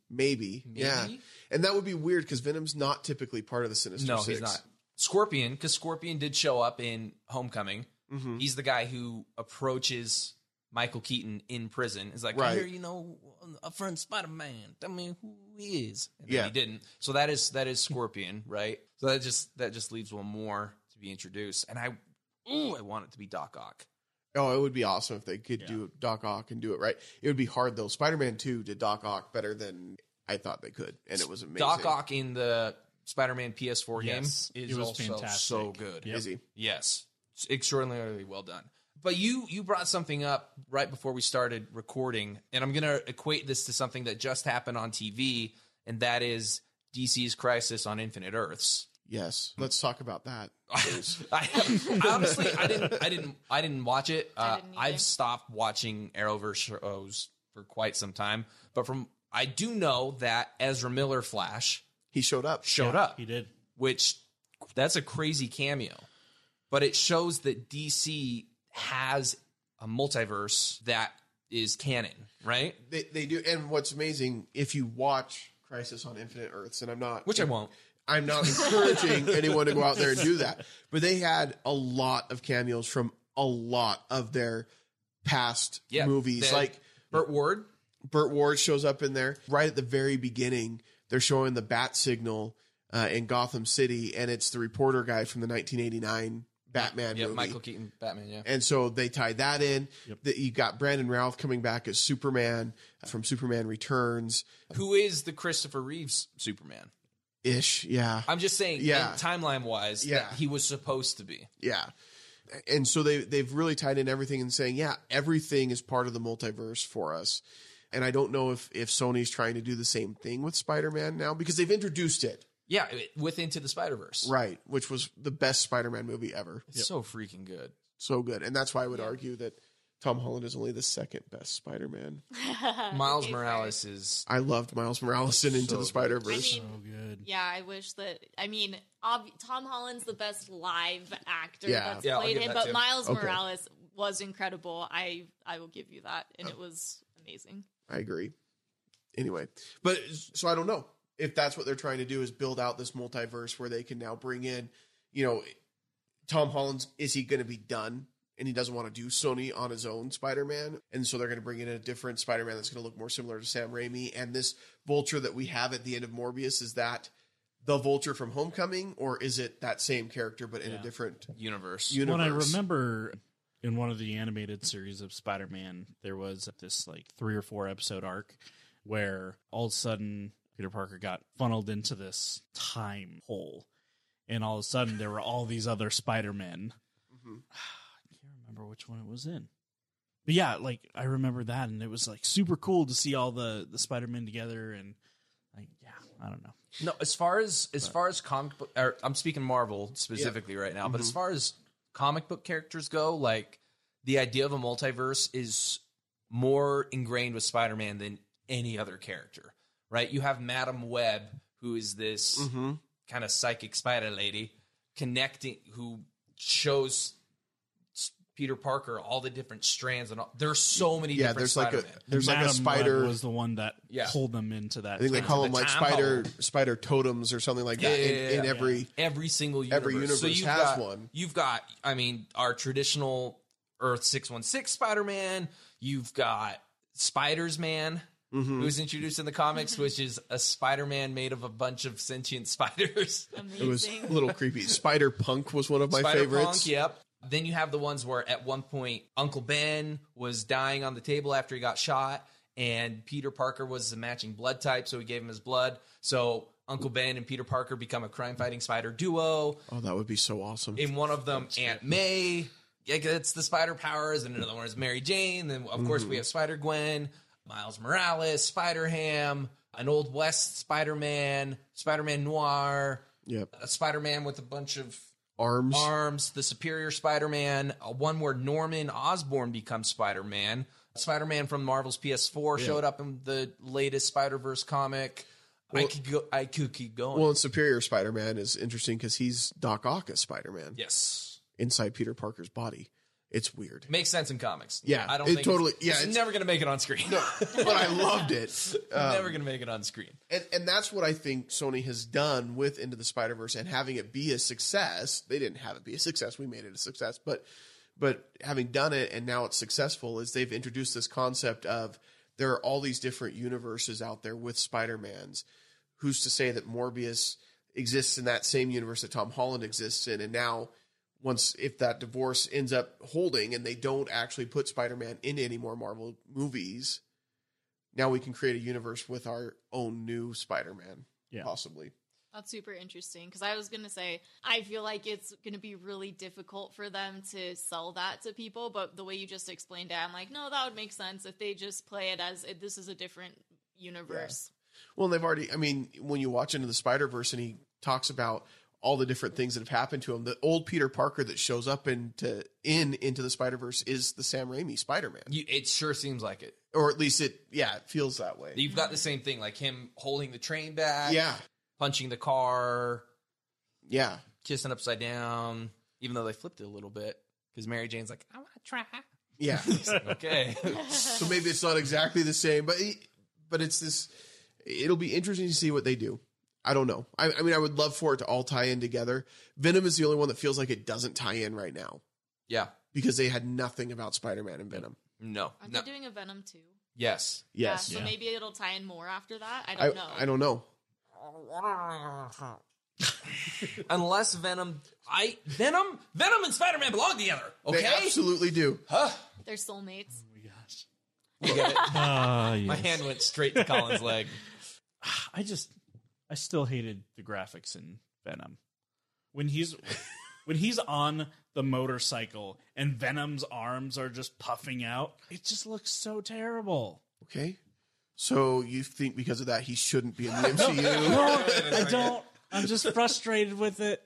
S2: Maybe.
S5: Maybe?
S2: Yeah. And that would be weird because Venom's not typically part of the Sinister
S5: No,
S2: Six.
S5: he's not. Scorpion, because Scorpion did show up in Homecoming.
S2: Mhm.
S5: He's the guy who approaches Michael Keaton in prison. Is like,
S2: Right.
S5: I hear you know a friend Spider Man. Tell me who he is. And then
S2: Yeah.
S5: he didn't. So that is that is Scorpion, right? So that just that just leaves one more to be introduced. And I, ooh, I want it to be Doc Ock.
S2: Oh, it would be awesome if they could
S3: Yeah.
S2: do Doc Ock and do it right. It would be hard though. Spider Man Two did Doc Ock better than I thought they could, and it was amazing.
S5: Doc Ock in the Spider Man PS4
S3: Yes,
S5: game
S3: it
S5: is
S3: was
S5: also
S3: fantastic.
S5: so good.
S3: Yep.
S2: is he?
S5: Yes, It's extraordinarily well done. But you you brought something up right before we started recording, and I'm going to equate this to something that just happened on TV, and that is DC's Crisis on Infinite Earths.
S2: Yes. Let's talk about that.
S5: I, honestly, I didn't, I didn't, I didn't watch it.
S4: I
S5: Uh,
S4: didn't either.
S5: I've stopped watching Arrowverse shows for quite some time, but from I do know that Ezra Miller Flash
S2: He showed up.
S5: showed
S3: Yeah,
S5: up
S3: He did.
S5: which that's a crazy cameo. But it shows that DC has a multiverse that is canon, right?
S2: They, they do, and what's amazing if you watch Crisis on Infinite Earths, and I'm not,
S5: Which I won't.
S2: I'm not encouraging anyone to go out there and do that. But they had a lot of cameos from a lot of their past
S5: Yeah,
S2: movies.
S5: the-
S2: Like
S5: Burt Ward,
S2: Burt Ward shows up in there right at the very beginning. They're showing the bat signal uh, in Gotham City, and it's the reporter guy from the 1989 Batman
S5: yeah,
S2: movie.
S5: Michael Keaton, Batman, yeah.
S2: And so they tied that in.
S3: Yep.
S2: That you got Brandon Routh coming back as Superman uh, from Superman Returns
S5: Who is the Christopher Reeves Superman?
S2: ish. Yeah,
S5: I'm just saying,
S2: Yeah.
S5: timeline wise,
S2: Yeah.
S5: he was supposed to be.
S2: yeah. And so they they've really tied in everything and saying, yeah, everything is part of the multiverse for us. And I don't know if if Sony's trying to do the same thing with Spider Man now because they've introduced it.
S5: Yeah, it- with Into the Spider Verse.
S2: Right, which was the best Spider-Man movie ever.
S5: It's so freaking good.
S2: So good. And that's why I would argue that Tom Holland is only the second best Spider-Man.
S4: minute.
S5: Miles
S4: Okay, fair.
S5: Morales is.
S2: I loved Miles Morales in Into
S5: So
S2: the
S5: good.
S4: I
S2: Spider-Verse.
S4: mean,
S3: So good.
S4: yeah, I wish that. I mean, ob- Tom Holland's the best live actor
S2: Yeah.
S4: that's
S5: Yeah, I'll
S4: played
S5: give
S4: him,
S5: that
S4: but
S5: too.
S4: Miles
S2: Okay.
S4: Morales was incredible. I I will give you that, and
S5: Oh.
S4: it was amazing.
S2: I agree. Anyway, but so I don't know if that's what they're trying to do is build out this multiverse where they can now bring in, you know, Tom Holland's is he going to be done and he doesn't want to do Sony on his own Spider-Man and so they're going to bring in a different Spider-Man that's going to look more similar to Sam Raimi and this Vulture that we have at the end of Morbius is that the Vulture from Homecoming or is it that same character but in a
S3: Yeah.
S2: different
S5: Universe.
S2: universe?
S3: When I remember in one of the animated series of Spider-Man, there was this like three or four episode arc where all of a sudden Peter Parker got funneled into this time hole, and all of a sudden there were all these other Spider-Men.
S2: Mhm.
S3: I can't remember which one it was in. But yeah, like I remember that, and it was like super cool to see all the the Spider-Men together, and like yeah, I don't know.
S5: No, as far as as far as comic book, or I'm speaking Marvel specifically right now, but as
S2: Mhm.
S5: far as comic book characters go, like the idea of a multiverse is more ingrained with Spider-Man than any other character, right? You have Madam Web, who is this
S2: Mm-hmm.
S5: kind of psychic spider lady, connecting who shows s- Peter Parker all the different strands and all, there's so many
S2: Yeah,
S5: different
S2: there's like
S5: Spider-Man.
S2: a there's like a
S3: Madam Web
S2: spider.
S3: was the one that
S5: Yeah.
S3: pulled them into that.
S2: I think they
S3: time.
S2: call
S5: the
S2: them like
S5: time
S2: spider spider totems or something like that
S5: Yeah,
S2: in,
S5: yeah,
S2: in
S5: yeah.
S2: every.
S5: every single universe.
S2: Every
S5: so
S2: universe
S5: you've
S2: has
S5: got,
S2: one.
S5: You've got, I mean, our traditional Earth six one six Spider Man. You've got Spider's Man,
S2: Mhm.
S5: who was introduced in the comics, which is a Spider Man made of a bunch of sentient spiders.
S2: It was
S4: Amazing.
S2: a little creepy. Spider Punk was one of my
S5: Spider
S2: favorites.
S5: Punk, yep. Then you have the ones where at one point Uncle Ben was dying on the table after he got shot, and Peter Parker was the matching blood type, so he gave him his blood. So Uncle Ben and Peter Parker become a crime fighting spider duo.
S2: Oh, that would be so awesome.
S5: in one of them Aunt May. Yeah, it's the Spider Powers, and another one is Mary Jane. Then, of course,
S2: Mm-hmm.
S5: we have Spider Gwen, Miles Morales, Spider Ham, an Old West Spider Man, Spider Man Noir,
S2: yep.
S5: a Spider Man with a bunch of
S2: Arms.
S5: arms, the Superior Spider Man, one where Norman Osborn becomes Spider Man. Spider Man from Marvel's PS4 showed up in the latest Spider Verse comic. I
S2: Well-
S5: could go. I could keep going.
S2: Well, and Superior Spider Man is interesting because he's Doc Ock as Spider Man
S5: yes.
S2: inside Peter Parker's body. It's weird.
S5: Makes sense in comics.
S2: Yeah,
S5: I don't
S2: it
S5: think
S2: totally-
S5: It's,
S2: yeah,
S5: it's,
S2: it's-
S5: never gonna make it on screen.
S2: but I loved it.
S5: never gonna make it on screen.
S2: And, and that's what I think Sony has done with Into the Spider Verse and having it be a success. They didn't have it be a success. We made it a success, but but having done it and now it's successful is they've introduced this concept of there are all these different universes out there with Spider Mans. Who's to say that Morbius exists in that same universe that Tom Holland exists in? And now, once if that divorce ends up holding and they don't actually put Spider Man in any more Marvel movies, now we can create a universe with our own new Spider-Man,
S3: Yeah.
S2: possibly.
S4: That's super interesting because I was going to say, I feel like it's going to be really difficult for them to sell that to people. But the way you just explained it, I'm like, no, that would make sense if they just play it as if this is a different universe.
S2: Well, they've already. I mean, when you watch into the Spider Verse and he talks about all the different things that have happened to him, the old Peter Parker that shows up into in into the Spider Verse is the Sam Raimi Spider-Man,
S5: You, it sure seems like it.
S2: or at least it. Yeah, it feels that way.
S5: You've got the same thing, like him holding the train back,
S2: yeah,
S5: punching the car,
S2: yeah.
S5: kissing upside down. Even though they flipped it a little bit, because Mary Jane's like, "I want to try."
S2: Yeah.
S5: He's like, okay,
S2: so maybe it's not exactly the same, but but it's this. It'll be interesting to see what they do. I don't know. I, I mean, I would love for it to all tie in together. Venom is the only one that feels like it doesn't tie in right now
S5: yeah,
S2: because they had nothing about Spider-Man and Venom.
S5: no,
S4: Aren't
S5: no,
S4: they doing a Venom 2?
S5: yes,
S2: Yes,
S4: Yeah, so
S3: Yeah.
S4: maybe it'll tie in more after that. I
S2: I,
S4: don't know.
S2: I don't know.
S5: unless Venom, I Venom, Venom and Spider Man belong together. Okay,
S2: They absolutely do.
S4: They're soulmates.
S3: Oh my gosh.
S5: You get it?
S3: Ah,
S5: my
S3: yes.
S5: hand went straight to Colin's leg.
S3: I just I still hated the graphics in Venom. When he's when he's on the motorcycle and Venom's arms are just puffing out, it just looks so terrible.
S2: Okay. So you think because of that he shouldn't be in the MCU?
S3: I don't I'm just frustrated with it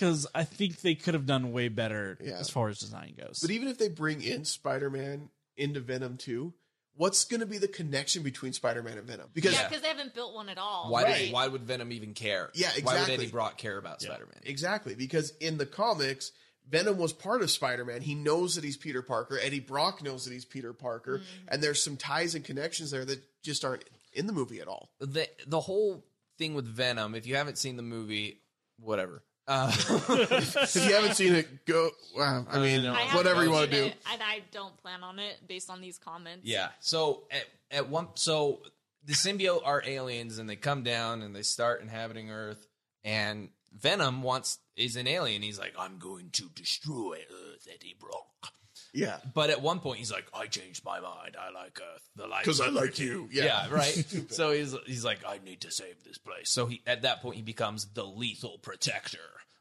S3: cuz I think they could have done way better
S2: Yeah.
S3: as far as design goes.
S2: but even if they bring in Spider-Man into Venom 2, what's going to be the connection between Spider-Man and Venom? Because
S4: Yeah, because they haven't built one at all.
S5: Why?
S2: Right.
S5: Did, why would Venom even care?
S2: Yeah,
S5: Why would
S2: exactly.
S5: Eddie Brock care about Spider Man?
S2: exactly, because in the comics Venom was part of Spider-Man. He knows that he's Peter Parker. Eddie Brock knows that he's Peter Parker, and there's some ties and connections there that just aren't in the movie at all.
S5: the the whole thing with Venom. If you haven't seen the movie, whatever. Uh,
S2: If you haven't seen it, go. Wow, I mean,
S4: I haven't
S2: whatever you want to
S4: seen
S2: do.
S4: it, And I don't plan on it based on these comments.
S5: yeah. So at, at one, so the symbiote are aliens, and they come down and they start inhabiting Earth, and Venom wants is an alien. He's like, I'm going to destroy Earth, Eddie Brock.
S2: Yeah.
S5: But at one point, he's like, I changed my mind. I like Earth. The light
S2: 'Cause I like you. Yeah.
S5: right. so he's he's like, I need to save this place. So he at that point he becomes the lethal protector,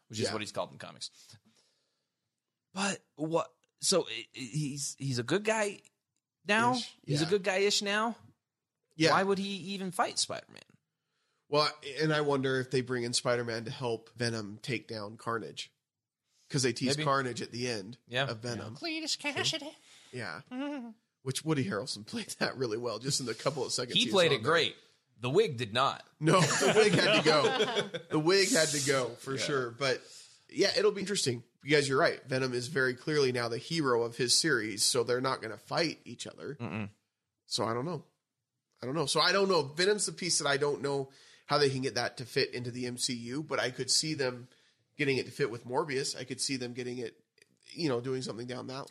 S5: which is
S2: Yeah.
S5: what he's called in comics. But what? So i- i- he's he's a good guy now.
S2: Ish,
S5: He's a
S2: yeah.
S5: good guy-ish now.
S2: Yeah.
S5: Why would he even fight Spider Man?
S2: well, and I wonder if they bring in Spider Man to help Venom take down Carnage. Because they tease
S5: Maybe.
S2: Carnage at the end
S5: Yeah.
S2: of Venom.
S5: Cletus Cassidy.
S2: Yeah. Which Woody Harrelson played that really well, just in the couple of seconds.
S5: He
S2: was
S5: played
S2: on
S5: it
S2: there.
S5: great. The wig did not.
S2: No, the wig had to go. The wig had to go for sure. But yeah, it'll be interesting because you're right. Venom is very clearly now the hero of his series, so they're not going to fight each other. So I don't know. I don't know. So I don't know. Venom's the piece that I don't know how they can get that to fit into the MCU, but I could see them getting it to fit with Morbius. I could see them getting it, you know, doing something down that.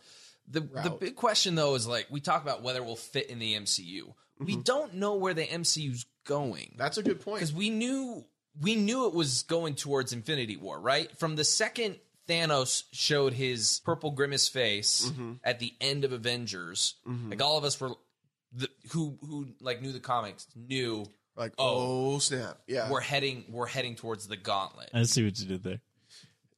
S5: The the
S2: route.
S5: big question though is like we talk about whether we'll fit in the MCU. We
S2: Mm-hmm.
S5: don't know where the MCU's going.
S2: That's a good point.
S5: because we knew we knew it was going towards Infinity War, right? From the second Thanos showed his purple grimace face
S2: Mm-hmm.
S5: at the end of Avengers, like all of us were the, who who like knew the comics knew
S2: Like,
S5: Oh.
S2: oh, snap. Yeah.
S5: we're heading we're heading towards the Gauntlet.
S3: I see what you did there.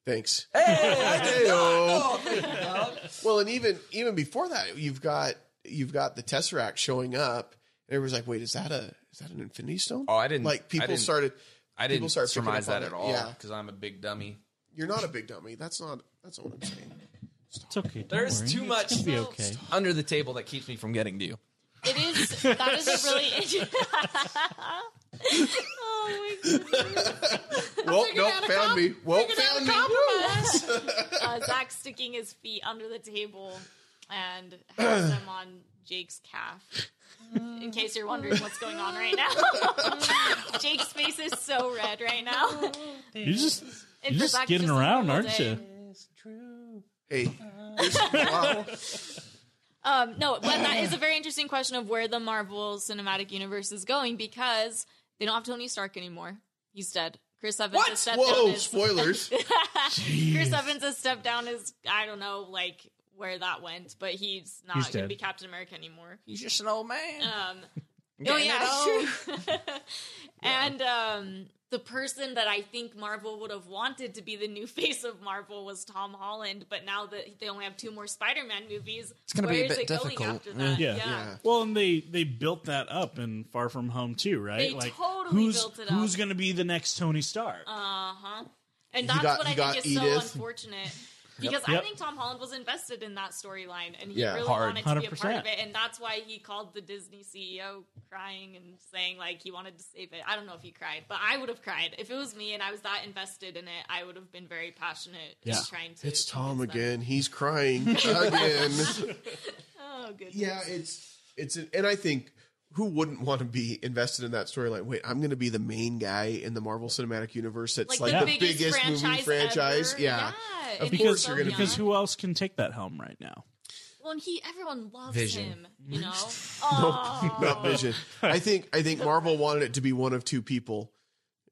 S2: Thanks.
S5: Hey,
S2: Heyo.
S5: Gauntlet!
S2: Well, and even even before that, you've got you've got the Tesseract showing up, and everyone's like, "Wait, is that a is that an Infinity Stone?"
S5: Oh, I didn't- I
S2: Like people
S5: didn't-
S2: started.
S5: I
S2: People
S5: didn't
S2: start picking
S5: surmise
S2: up on
S5: that at
S2: it.
S5: all
S2: Yeah.
S5: because I'm a big dummy.
S2: You're not a big dummy. That's not. That's not what I'm saying.
S3: It's okay. don't
S5: There's
S3: worry.
S5: too
S3: It's
S5: much-
S3: gonna be
S4: No.
S3: okay.
S5: Under the table that keeps me from getting to you.
S4: It is. That is a really. oh my goodness.
S2: Well,
S4: figured
S2: nope,
S4: out a
S2: found
S4: comp-
S2: me. Well,
S4: figured
S2: found
S4: out a
S2: me.
S4: compromise. uh, Zach sticking his feet under the table and has them on Jake's calf. In case you're wondering what's going on right now, Jake's face is so red right now.
S3: You're just you're
S4: And for
S3: just
S4: Zach,
S3: skidding
S4: just a
S3: around,
S4: normal
S3: aren't
S4: day.
S3: you?
S2: Hey, here's- wow.
S4: Um, no, but that is a very interesting question of where the Marvel Cinematic Universe is going because they don't have Tony Stark anymore. He's dead. Chris Evans
S5: What?
S4: has stepped
S2: Whoa!
S4: down. As,
S2: Spoilers.
S4: Chris Evans has stepped down as I don't know, like where that went, but he's not
S3: He's
S4: going to
S3: dead.
S4: be Captain America anymore.
S5: He's just an old man.
S4: Um, oh
S5: Getting
S4: yeah,
S5: it on.
S4: it's true. and um, the person that I think Marvel would have wanted to be the new face of Marvel was Tom Holland, but now that they only have two more Spider-Man movies, it's
S5: gonna be a bit
S4: it
S5: difficult. Mm.
S4: going after that?
S3: Yeah.
S4: yeah.
S2: Yeah.
S3: Well, and they they built that up in Far From Home too, right?
S4: They
S3: like
S4: totally
S3: who's
S4: built it up.
S3: who's going to be the next Tony Stark?
S4: Uh huh. And
S2: He
S4: that's
S2: got-
S4: what I
S2: he
S4: think
S2: got
S4: is
S2: Edith.
S4: so unfortunate. Because I
S3: Yep.
S4: think Tom Holland was invested in that storyline and he
S2: Yeah.
S4: really
S5: Hard.
S4: wanted to be a part
S3: 100%.
S4: of it. And that's why he called the Disney CEO crying and saying like he wanted to save it. I don't know if he cried, but I would have cried. If it was me and I was that invested in it, I would have been very passionate in
S3: Yeah.
S4: trying to.
S2: It's Tom
S4: convince them.
S2: again. He's crying again.
S4: Oh, goodness.
S2: Yeah, it's it's an, and I think who wouldn't want to be invested in that storyline? Wait, I'm going to be the main guy in the Marvel Cinematic Universe. That's like, the, biggest, movie franchise.
S4: ever.
S2: Yeah. course
S4: and he's
S3: because
S2: so you're gonna be-
S3: because who else can take that home right now?
S4: Well, and he everyone loves
S5: Vision.
S4: him, you know. Oh,
S2: Not Vision. I think I think Marvel wanted it to be one of two people,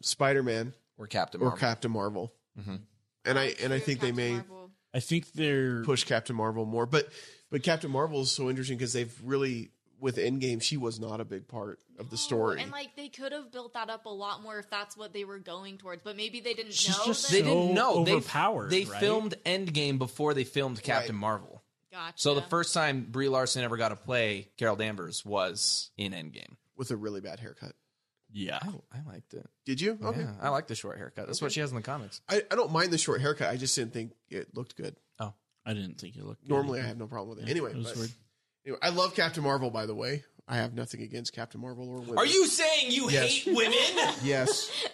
S2: Spider Man
S5: We're Captain
S2: or
S5: Marvel.
S2: Captain Marvel. Mm-hmm. And I and I think
S4: Captain
S2: they may
S4: Marvel.
S3: I think they're
S2: push Captain Marvel more, but but Captain Marvel is so interesting because they've really with Endgame she was not a big part of the story.
S4: And like they could have built that up a lot more if that's what they were going towards, but maybe they didn't
S3: She's
S4: know.
S3: just
S4: that-
S5: they
S3: so
S5: didn't know They-
S3: overpowered,
S5: They,
S3: right?
S5: filmed Endgame before they filmed Captain Marvel.
S4: gotcha.
S5: So the first time Brie Larson ever got to play Carol Danvers was in Endgame.
S2: with a really bad haircut.
S3: yeah.
S5: Oh, I liked it.
S2: Did you? Okay.
S5: Yeah, I like the short haircut. That's what she has in the comics.
S2: I, I don't mind the short haircut. I just didn't think it looked good.
S3: I didn't think it looked good.
S2: Normally, I have no problem with it. Anyway,
S3: It was
S2: but-
S3: weird.
S2: anyway, I love Captain Marvel. By the way, I have nothing against Captain Marvel or women.
S5: Are you saying you
S2: Yes.
S5: hate women?
S2: Yes.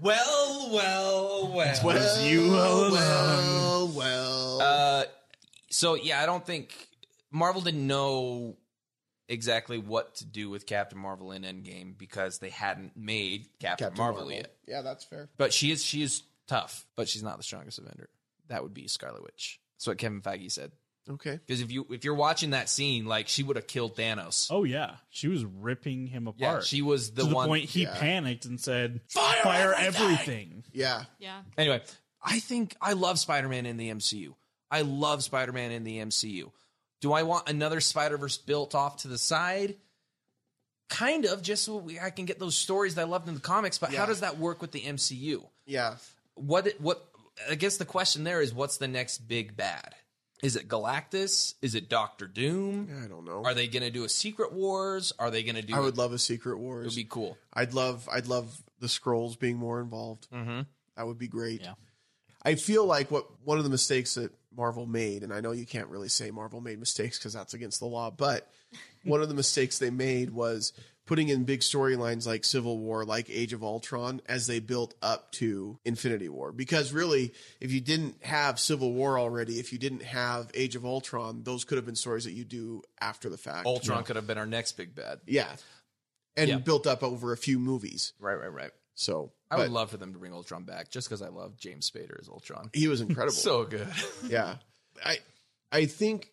S5: well, well, well.
S2: well,
S3: you all
S2: well, well.
S5: um, Uh, so yeah, I don't think Marvel didn't know exactly what to do with Captain Marvel in Endgame because they hadn't made Captain,
S2: Captain
S5: Marvel,
S2: Marvel.
S5: yet.
S2: Yeah, that's fair.
S5: But she is she is tough, but she's not the strongest Avenger. That would be Scarlet Witch. That's what Kevin Feige said.
S2: Okay.
S5: Because if you if you're watching that scene, like she would have killed Thanos.
S3: Oh yeah, she was ripping him
S5: yeah,
S3: apart.
S5: she was the
S3: to the
S5: one.
S3: point he
S2: yeah.
S3: panicked and said, "Fire, fire everything!"
S2: Yeah.
S4: Yeah.
S5: Anyway, I think I love Spider-Man in the MCU. I love Spider-Man in the MCU. Do I want another Spider-Verse built off to the side? Kind of, just so we, I can get those stories that I loved in the comics. But
S2: Yeah.
S5: how does that work with the MCU?
S2: Yeah.
S5: What what? I guess the question there is, what's the next big bad? Is it Galactus? Is it Doctor Doom?
S2: I don't know.
S5: Are they going to do a Secret Wars? Are they going to do?
S2: I would love a Secret
S5: It
S2: Wars.
S5: would be cool.
S2: I'd love I'd love the scrolls being more involved.
S5: Mm-hmm.
S2: That would be great.
S3: Yeah.
S2: I feel like what one of the mistakes that Marvel made, and I know you can't really say Marvel made mistakes because that's against the law, but one of the mistakes they made was putting in big storylines like Civil War, like Age of Ultron, as they built up to Infinity War. Because really, if you didn't have Civil War already, if you didn't have Age of Ultron, those could have been stories that you do after the fact.
S5: Ultron could have been our next big bad.
S2: Yeah. And
S5: Yeah.
S2: built up over a few movies.
S5: Right, right, right.
S2: So
S5: I would
S2: but
S5: love for them to bring Ultron back, just because I love James Spader as Ultron.
S2: he was incredible.
S5: So good.
S2: yeah i i think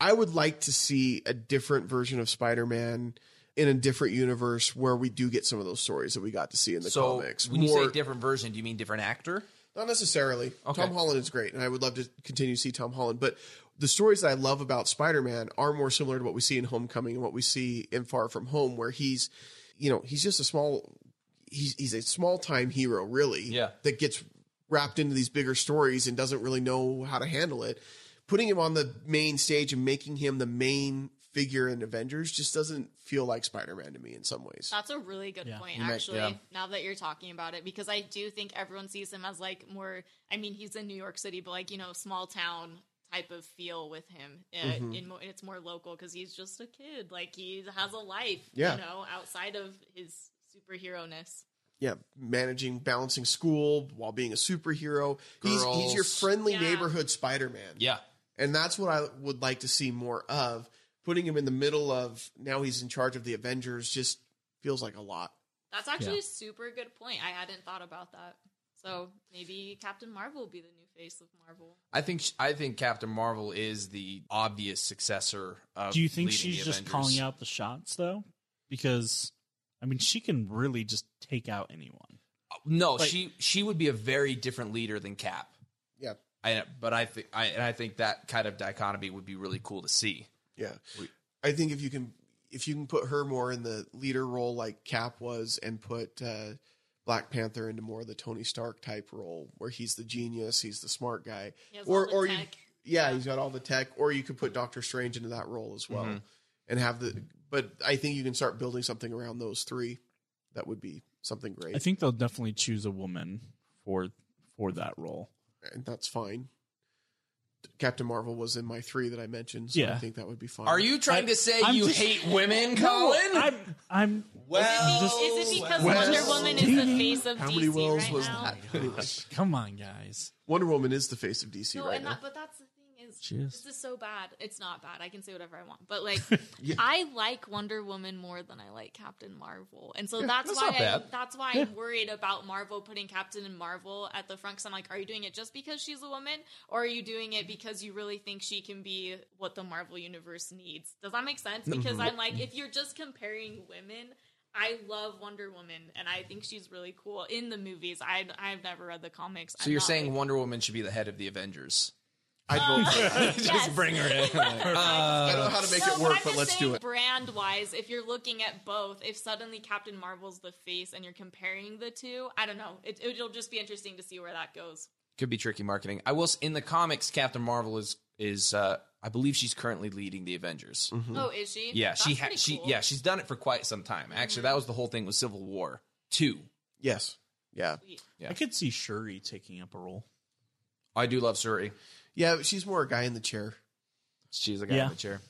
S2: i would like to see a different version of spider-man in a different universe where we do get some of those stories that we got to see in the
S5: so
S2: comics
S5: when you
S2: More-
S5: say different version, do you mean different actor?
S2: not necessarily
S5: Okay.
S2: tom holland is great and i would love to continue to see tom holland but the stories that i love about spider-man are more similar to what we see in homecoming and what we see in far from home where he's you know he's just a small he's, he's a small time hero really
S5: Yeah.
S2: that gets wrapped into these bigger stories and doesn't really know how to handle it putting him on the main stage and making him the main figure in avengers just doesn't feel like spider-man to me in some ways
S4: That's a really good
S3: Yeah.
S4: point,
S5: You might-
S4: actually.
S5: yeah.
S4: Now that you're talking about it, because I do think everyone sees him as like more. I mean, he's in New York City, but like you know, small town type of feel with him. Uh,
S5: Mm-hmm.
S2: Mhm.
S4: in mo- it's more local because he's just a kid. Like he has a life,
S2: Yeah.
S4: you know, outside of his superhero ness.
S2: yeah managing balancing school while being a superhero he's, he's your
S5: Girls.
S2: friendly
S4: Yeah.
S2: neighborhood spider-man
S5: Yeah.
S2: And that's what I would like to see more of. Putting him in the middle of now he's in charge of the Avengers just feels like a lot.
S4: That's actually a super good point. I hadn't thought about that. So maybe Captain Marvel will be the new face of Marvel.
S5: I think sh- I think Captain Marvel is the obvious successor. Of
S3: Do you think
S5: leading
S3: she's
S5: the
S3: just
S5: Avengers.
S3: calling out the shots though? Because I mean, she can really just take out anyone.
S5: No,
S3: Like-
S5: she she would be a very different leader than Cap.
S2: Yeah.
S5: I, but I think I and I think that kind of dichotomy would be really cool to see.
S2: Yeah.
S5: We-
S2: I think if you can if you can put her more in the leader role like Cap was and put uh, Black Panther into more of the Tony Stark type role where he's the genius, he's the smart guy.
S4: He has
S2: Or-
S4: all the
S2: or you-
S4: tech.
S2: Yeah, he's got all the tech or you could put Doctor Strange into that role as well
S5: Mhm.
S2: and have the but I think you can start building something around those three. That would be something great.
S3: I think they'll definitely choose a woman for for that role.
S2: and that's fine. Captain Marvel was in my three that I mentioned, so I
S3: Yeah.
S2: think that would be fine.
S5: Are you trying
S3: I-
S5: to say
S3: I'm
S5: you
S3: just-
S5: hate women,
S3: No,
S5: Colin?
S3: I'm I'm
S5: well,
S4: Is it because
S2: Well,
S4: Wonder Woman is the
S3: Dang.
S4: face of
S2: How
S4: DC
S2: many wells
S4: right
S2: was
S4: now?
S2: that? Anyway,
S3: come on, guys.
S2: Wonder Woman is the face of DC
S4: No,
S2: right
S4: and
S2: now.
S4: that, but that's the thing is,
S3: Cheers.
S4: this is so bad. It's not bad. I can say whatever I want, but like, I like Wonder Woman more than I like Captain Marvel, and so that's,
S5: that's
S4: why
S5: not
S4: I,
S5: bad.
S4: that's why
S3: Yeah.
S4: I'm worried about Marvel putting Captain and Marvel at the front. Because I'm like, are you doing it just because she's a woman, or are you doing it because you really think she can be what the Marvel universe needs? Does that make sense?
S5: Mm-hmm.
S4: Because I'm like, if you're just comparing women. I love Wonder Woman, and I think she's really cool in the movies. I I've never read the comics.
S5: so
S4: I'm
S5: you're
S4: not,
S5: saying
S4: like-
S5: Wonder Woman should be the head of the Avengers?
S2: I'd vote for that.
S4: Yes.
S5: her in.
S2: I don't know how to make
S4: No,
S2: it work,
S4: I'm
S2: but
S4: just
S2: let's
S4: saying
S2: do it.
S4: Brand wise, if you're looking at both, if suddenly Captain Marvel's the face and you're comparing the two, I don't know. It, it'll just be interesting to see where that goes.
S5: could be tricky marketing. I will s- in the comics, Captain Marvel is is uh, I believe she's currently leading the Avengers.
S2: Mm-hmm.
S3: Mm-hmm.
S4: Oh, is she?
S5: Yeah,
S4: That's
S5: she ha-
S4: pretty
S5: she
S4: cool.
S5: yeah she's done it for quite some time. Actually, that was the whole thing with Civil War two.
S2: Yes. Yeah.
S5: Yeah.
S3: I could see Shuri taking up a role.
S5: I do love Suri.
S2: Yeah, but she's more a guy in the chair
S5: She's a guy
S3: Yeah.
S5: in the chair,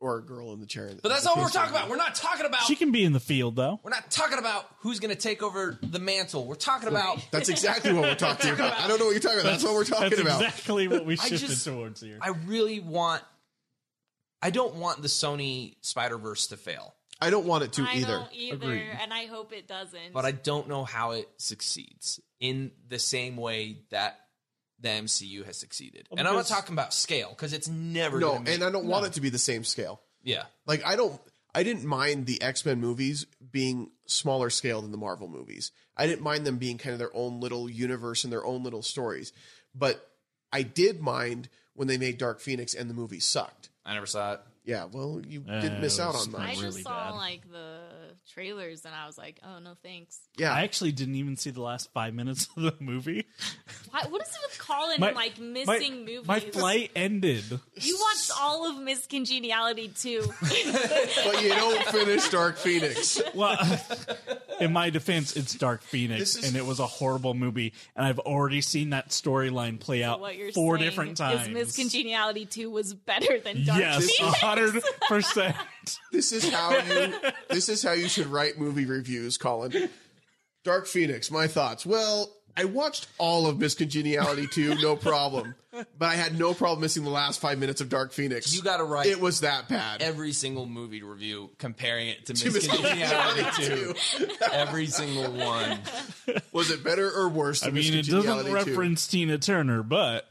S2: or a girl in the chair.
S5: but that's all we're talking about. We're not talking about
S3: She can be in the field though.
S5: we're not talking about who's going to take over the mantle. We're talking about
S2: That's exactly what we're talking about. I don't know what you're talking about. That's, what we're talking
S3: That's
S2: about.
S3: exactly what we
S5: I
S3: shifted
S5: just-
S3: towards here.
S5: I really want. I don't want the Sony Spider Verse to fail,
S2: I don't want it to
S4: I
S2: either.
S4: don't either,
S2: Agreed.
S4: and I hope it doesn't.
S5: but I don't know how it succeeds in the same way that the MCU has succeeded.
S3: Well,
S5: and I'm not
S3: because-
S5: talking about scale because it's never
S2: No,
S5: gonna make-
S2: and I don't want it to be the same scale.
S5: yeah.
S2: Like I don't I didn't mind the X-Men movies being smaller scale than the Marvel movies. I didn't mind them being kind of their own little universe and their own little stories. But I did mind when they made Dark Phoenix and the movie sucked.
S5: I never saw it.
S2: Yeah, well, you
S3: Yeah,
S2: did miss
S3: it
S2: out
S3: was
S2: on
S4: I
S2: that.
S3: nice.
S4: just
S3: really
S4: saw
S3: bad.
S4: like the trailers and I was like, oh no, thanks.
S2: Yeah.
S3: I actually didn't even see the last five minutes of the movie.
S4: Why, what is it with Colin
S3: My-
S4: and like missing
S3: My,
S4: movies?
S3: my flight ended.
S4: You watched all of Miss Congeniality too.
S2: but you don't finish Dark Phoenix.
S3: Well, in my defense, it's Dark Phoenix,
S2: This is-
S3: and it was a horrible movie, and I've already seen that storyline play out
S4: what you're
S3: four
S4: saying
S3: different times.
S4: Is Miss Congeniality 2 was better than Dark
S3: yes,
S4: Phoenix.
S3: hundred percent.
S2: This is how you this is how you should write movie reviews, Colin. Dark Phoenix, my thoughts. Well, I watched all of Miss Congeniality 2, no problem. But I had no problem missing the last five minutes of Dark Phoenix.
S5: You got to write
S2: it was that bad.
S5: every single movie review comparing it to
S2: Miss
S5: Miss Congeniality
S2: Congeniality
S5: 2. Every single one.
S2: was it better or worse than
S3: I mean,
S2: Miss
S3: it
S2: Congeniality
S3: doesn't reference Tina Turner, but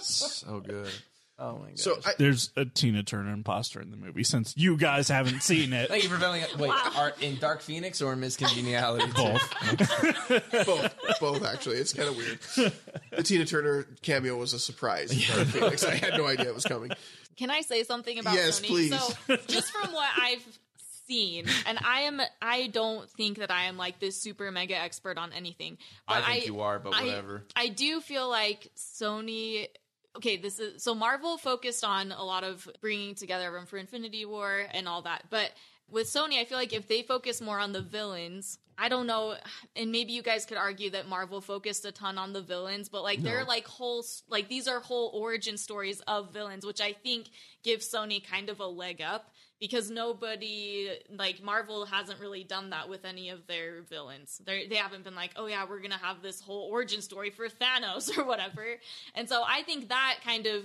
S5: So good. Oh my
S2: 2?
S5: god.
S2: So I,
S3: there's a Tina Turner imposter in the movie. Since you guys haven't seen it,
S5: Thank you for filling it. Wait, are in Dark Phoenix or in Miss Congeniality 2?
S3: both.
S2: both both actually. It's kind of weird. The Tina Turner cameo was a surprise in Dark Phoenix. I had no idea it was coming.
S4: Can I say something about
S2: Yes,
S4: Sony?
S2: please.
S4: So, just from what I've seen, and I am I don't think that I am like this super mega expert on anything.
S5: I
S4: But
S5: think you are, but
S4: I-
S5: whatever.
S4: I do feel like Sony. Okay, this is so Marvel focused on a lot of bringing together everyone for Infinity War and all that, but with Sony, I feel like if they focus more on the villains, I don't know, and maybe you guys could argue that Marvel focused a ton on the villains, but like they're like whole s- like these are whole origin stories of villains, which I think gives Sony kind of a leg up because nobody like Marvel hasn't really done that with any of their villains. They they haven't been like, "Oh yeah, we're going to have this whole origin story for Thanos or whatever." And so I think that kind of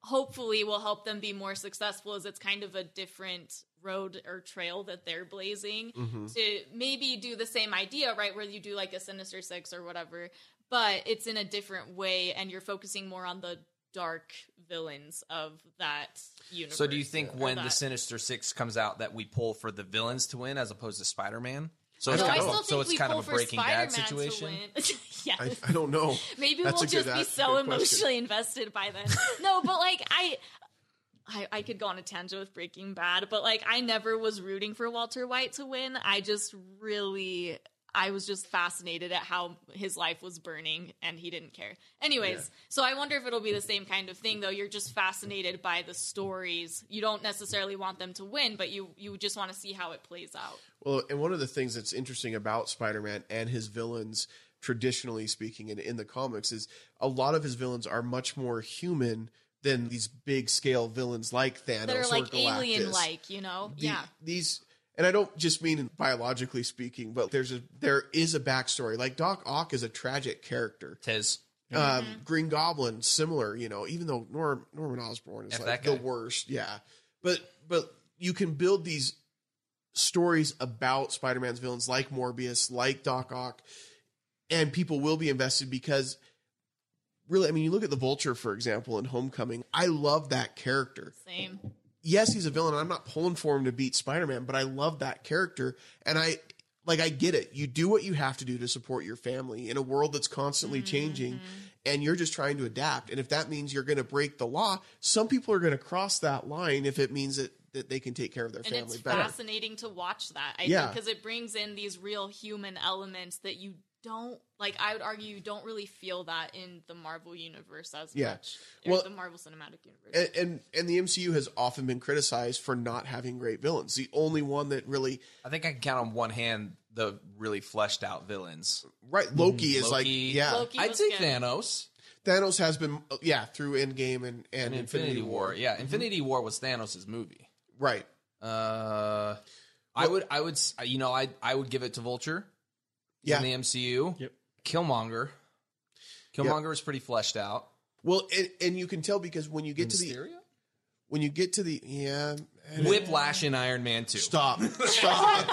S4: hopefully will help them be more successful as it's kind of a different road or trail that they're blazing
S5: Mm-hmm.
S4: to maybe do the same idea, right? Where you do like a Sinister Six or whatever, but it's in a different way and you're focusing more on the dark villains of that universe.
S5: So do you think
S4: or
S5: when the
S4: that-
S5: Sinister Six comes out that we pull for the villains to win as opposed to Spider Man? So it's
S4: No, I
S5: kind
S4: still
S5: of a,
S4: think
S5: so it's
S4: we
S5: kind
S4: pull
S5: of a
S4: for
S5: Breaking
S4: Spider-Man
S5: Bad situation.
S4: To win. yes.
S2: I, I don't know.
S4: Maybe
S2: That's
S4: we'll
S2: a good
S4: just be
S2: ask-
S4: so
S2: good question.
S4: emotionally invested by then. no, but like I, I, I could go on a tangent with Breaking Bad, but like I never was rooting for Walter White to win. I just really, I was just fascinated at how his life was burning and he didn't care. Anyways, so I wonder if it'll be the same kind of thing though. You're just fascinated by the stories. You don't necessarily want them to win, but you you just want to see how it plays out.
S2: Well, and one of the things that's interesting about Spider Man and his villains, traditionally speaking, and in the comics, is a lot of his villains are much more human than these big scale villains like Thanos
S4: That are
S2: or
S4: like
S2: Galactus.
S4: alien like, you know?
S2: The-
S4: yeah.
S2: These. And I don't just mean biologically speaking, but there's a there is a backstory. Like Doc Ock is a tragic character.
S5: Tez,
S2: Um,
S5: Mm-hmm.
S2: Green Goblin, similar, you know, even though Norm, Norman Osborn is
S5: F
S2: like
S5: that
S2: the
S5: guy.
S2: worst. Yeah. But, but you can build these stories about Spider Man's villains like Morbius, like Doc Ock, and people will be invested because really, I mean, you look at the vulture, for example, in Homecoming. I love that character
S4: Same.
S2: yes, he's a villain. I'm not pulling for him to beat Spider Man, but I love that character. And I like I get it. You do what you have to do to support your family in a world that's
S4: Mm-hmm.
S2: constantly changing and you're just trying to adapt. And if that means you're gonna break the law, some people are gonna cross that line if it means that, that they can take care of their
S4: and it's
S2: family better.
S4: fascinating to watch that i
S2: Yeah.
S4: think because it brings in these real human elements that you don't like i would argue you don't really feel that in the marvel universe as
S2: Yeah.
S4: much or
S2: Well-
S4: the marvel cinematic universe
S2: And, and and the MCU has often been criticized for not having great villains. The only one that really
S5: I think I can count on one hand the really fleshed out villains.
S2: right Loki is like
S5: Mm-hmm. Loki.
S2: yeah
S4: Loki
S5: I'd
S4: was
S5: say
S4: good.
S5: Thanos
S2: Thanos has been uh, yeah through Endgame and and,
S5: and Infinity, War. Yeah, Infinity War was Thanos' movie.
S2: right
S5: Uh, I would, I would, s- you know, I, I would give it to Vulture.
S2: yeah
S5: in the MCU.
S3: Yep.
S5: Killmonger. Killmonger was pretty fleshed out.
S2: Well, and, and you can tell because when you get to the
S5: Mysterio?
S2: when you get to the yeah, I don't-
S5: Whiplash in Iron Man 2.
S2: Stop. Stop.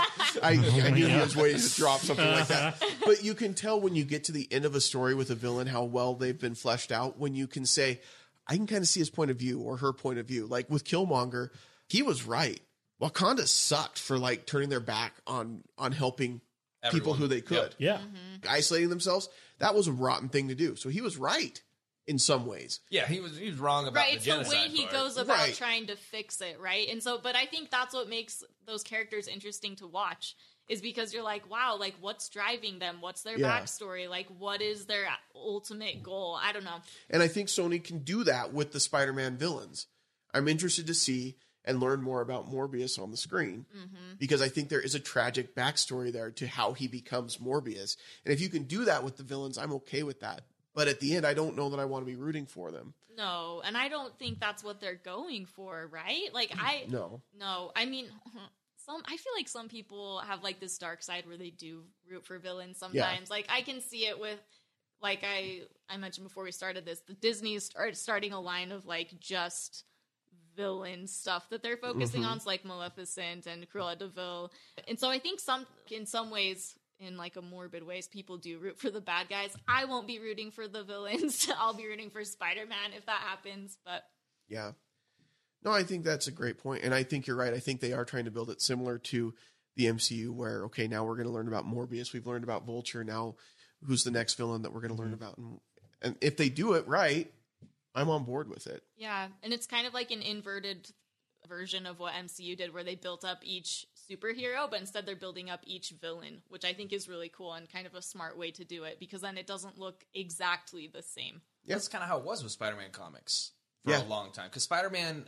S2: I, I knew he was waiting to drop something like that. But you can tell when you get to the end of a story with a villain how well they've been fleshed out when you can say, I can kind of see his point of view or her point of view. Like with Killmonger, he was right. Wakanda sucked for like turning their back on on helping people
S5: Everyone.
S2: who they
S5: Yep.
S2: could
S3: Yeah.
S2: isolating themselves, that was a rotten thing to do. So he was right in some ways.
S5: Yeah, he was he was wrong about
S4: right
S5: the
S4: it's the,
S5: genocide
S4: way he
S5: part.
S4: goes about
S2: Right.
S4: trying to fix it right and so but i think that's what makes those characters interesting to watch is because you're like wow like what's driving them what's their
S2: Yeah.
S4: backstory like what is their ultimate goal i don't know
S2: And I think Sony can do that with the Spider Man villains. I'm interested to see and learn more about Morbius on the screen because I think there is a tragic backstory there to how he becomes Morbius. And if you can do that with the villains, I'm okay with that. But at the end, I don't know that I want to be rooting for them.
S4: no and i don't think that's what they're going for right like i
S2: No.
S4: No, I mean, some. I feel like some people have like this dark side where they do root for villains sometimes. Like I can see it with, like I I mentioned before we started this, the Disney start starting a line of like just villain stuff that they're focusing on, so, like Maleficent and Cruella Deville. And so I think some, in some ways. In like a morbid ways, people do root for the bad guys. I won't be rooting for the villains. I'll be rooting for Spider Man if that happens. But
S2: Yeah. No, I think that's a great point, and I think you're right. I think they are trying to build it similar to the MCU, where okay, now we're going to learn about Morbius, we've learned about Vulture, now who's the next villain that we're going to
S5: Mm-hmm.
S2: learn about, and, and if they do it right, I'm on board with it.
S4: Yeah, and it's kind of like an inverted version of what MCU did, where they built up each superhero, but instead they're building up each villain, which I think is really cool and kind of a smart way to do it because then it doesn't look exactly the same.
S5: That's kind of how it was with Spider-Man comics for
S2: Yeah.
S5: a long time cuz Spider-Man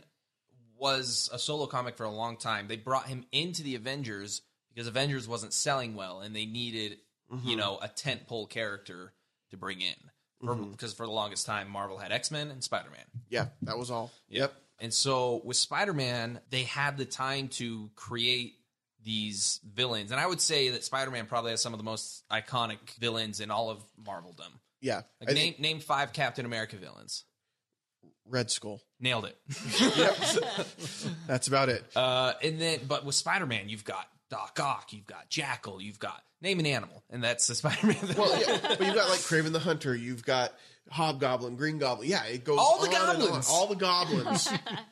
S5: was a solo comic for a long time. They brought him into the Avengers because Avengers wasn't selling well and they needed, you know, a tentpole character to bring in. Because for the longest time Marvel had X-Men and Spider-Man.
S2: Yeah, that was all.
S5: Yep. And so with Spider Man, they had the time to create these villains. And I would say that Spider Man probably has some of the most iconic villains in all of Marveldom.
S2: Yeah,
S5: Like
S2: I
S5: name,
S2: think
S5: name five Captain America villains.
S2: Red Skull.
S5: Nailed it.
S2: That's about it.
S5: uh, and then, but with Spider Man, you've got Doc Ock, you've got Jackal, you've got name an animal, and that's the Spider Man.
S2: Well, yeah, but you've got like Craven the Hunter, you've got Hobgoblin, Green Goblin. Yeah, it goes
S5: All the
S2: on and on.
S5: goblins.
S2: all the goblins.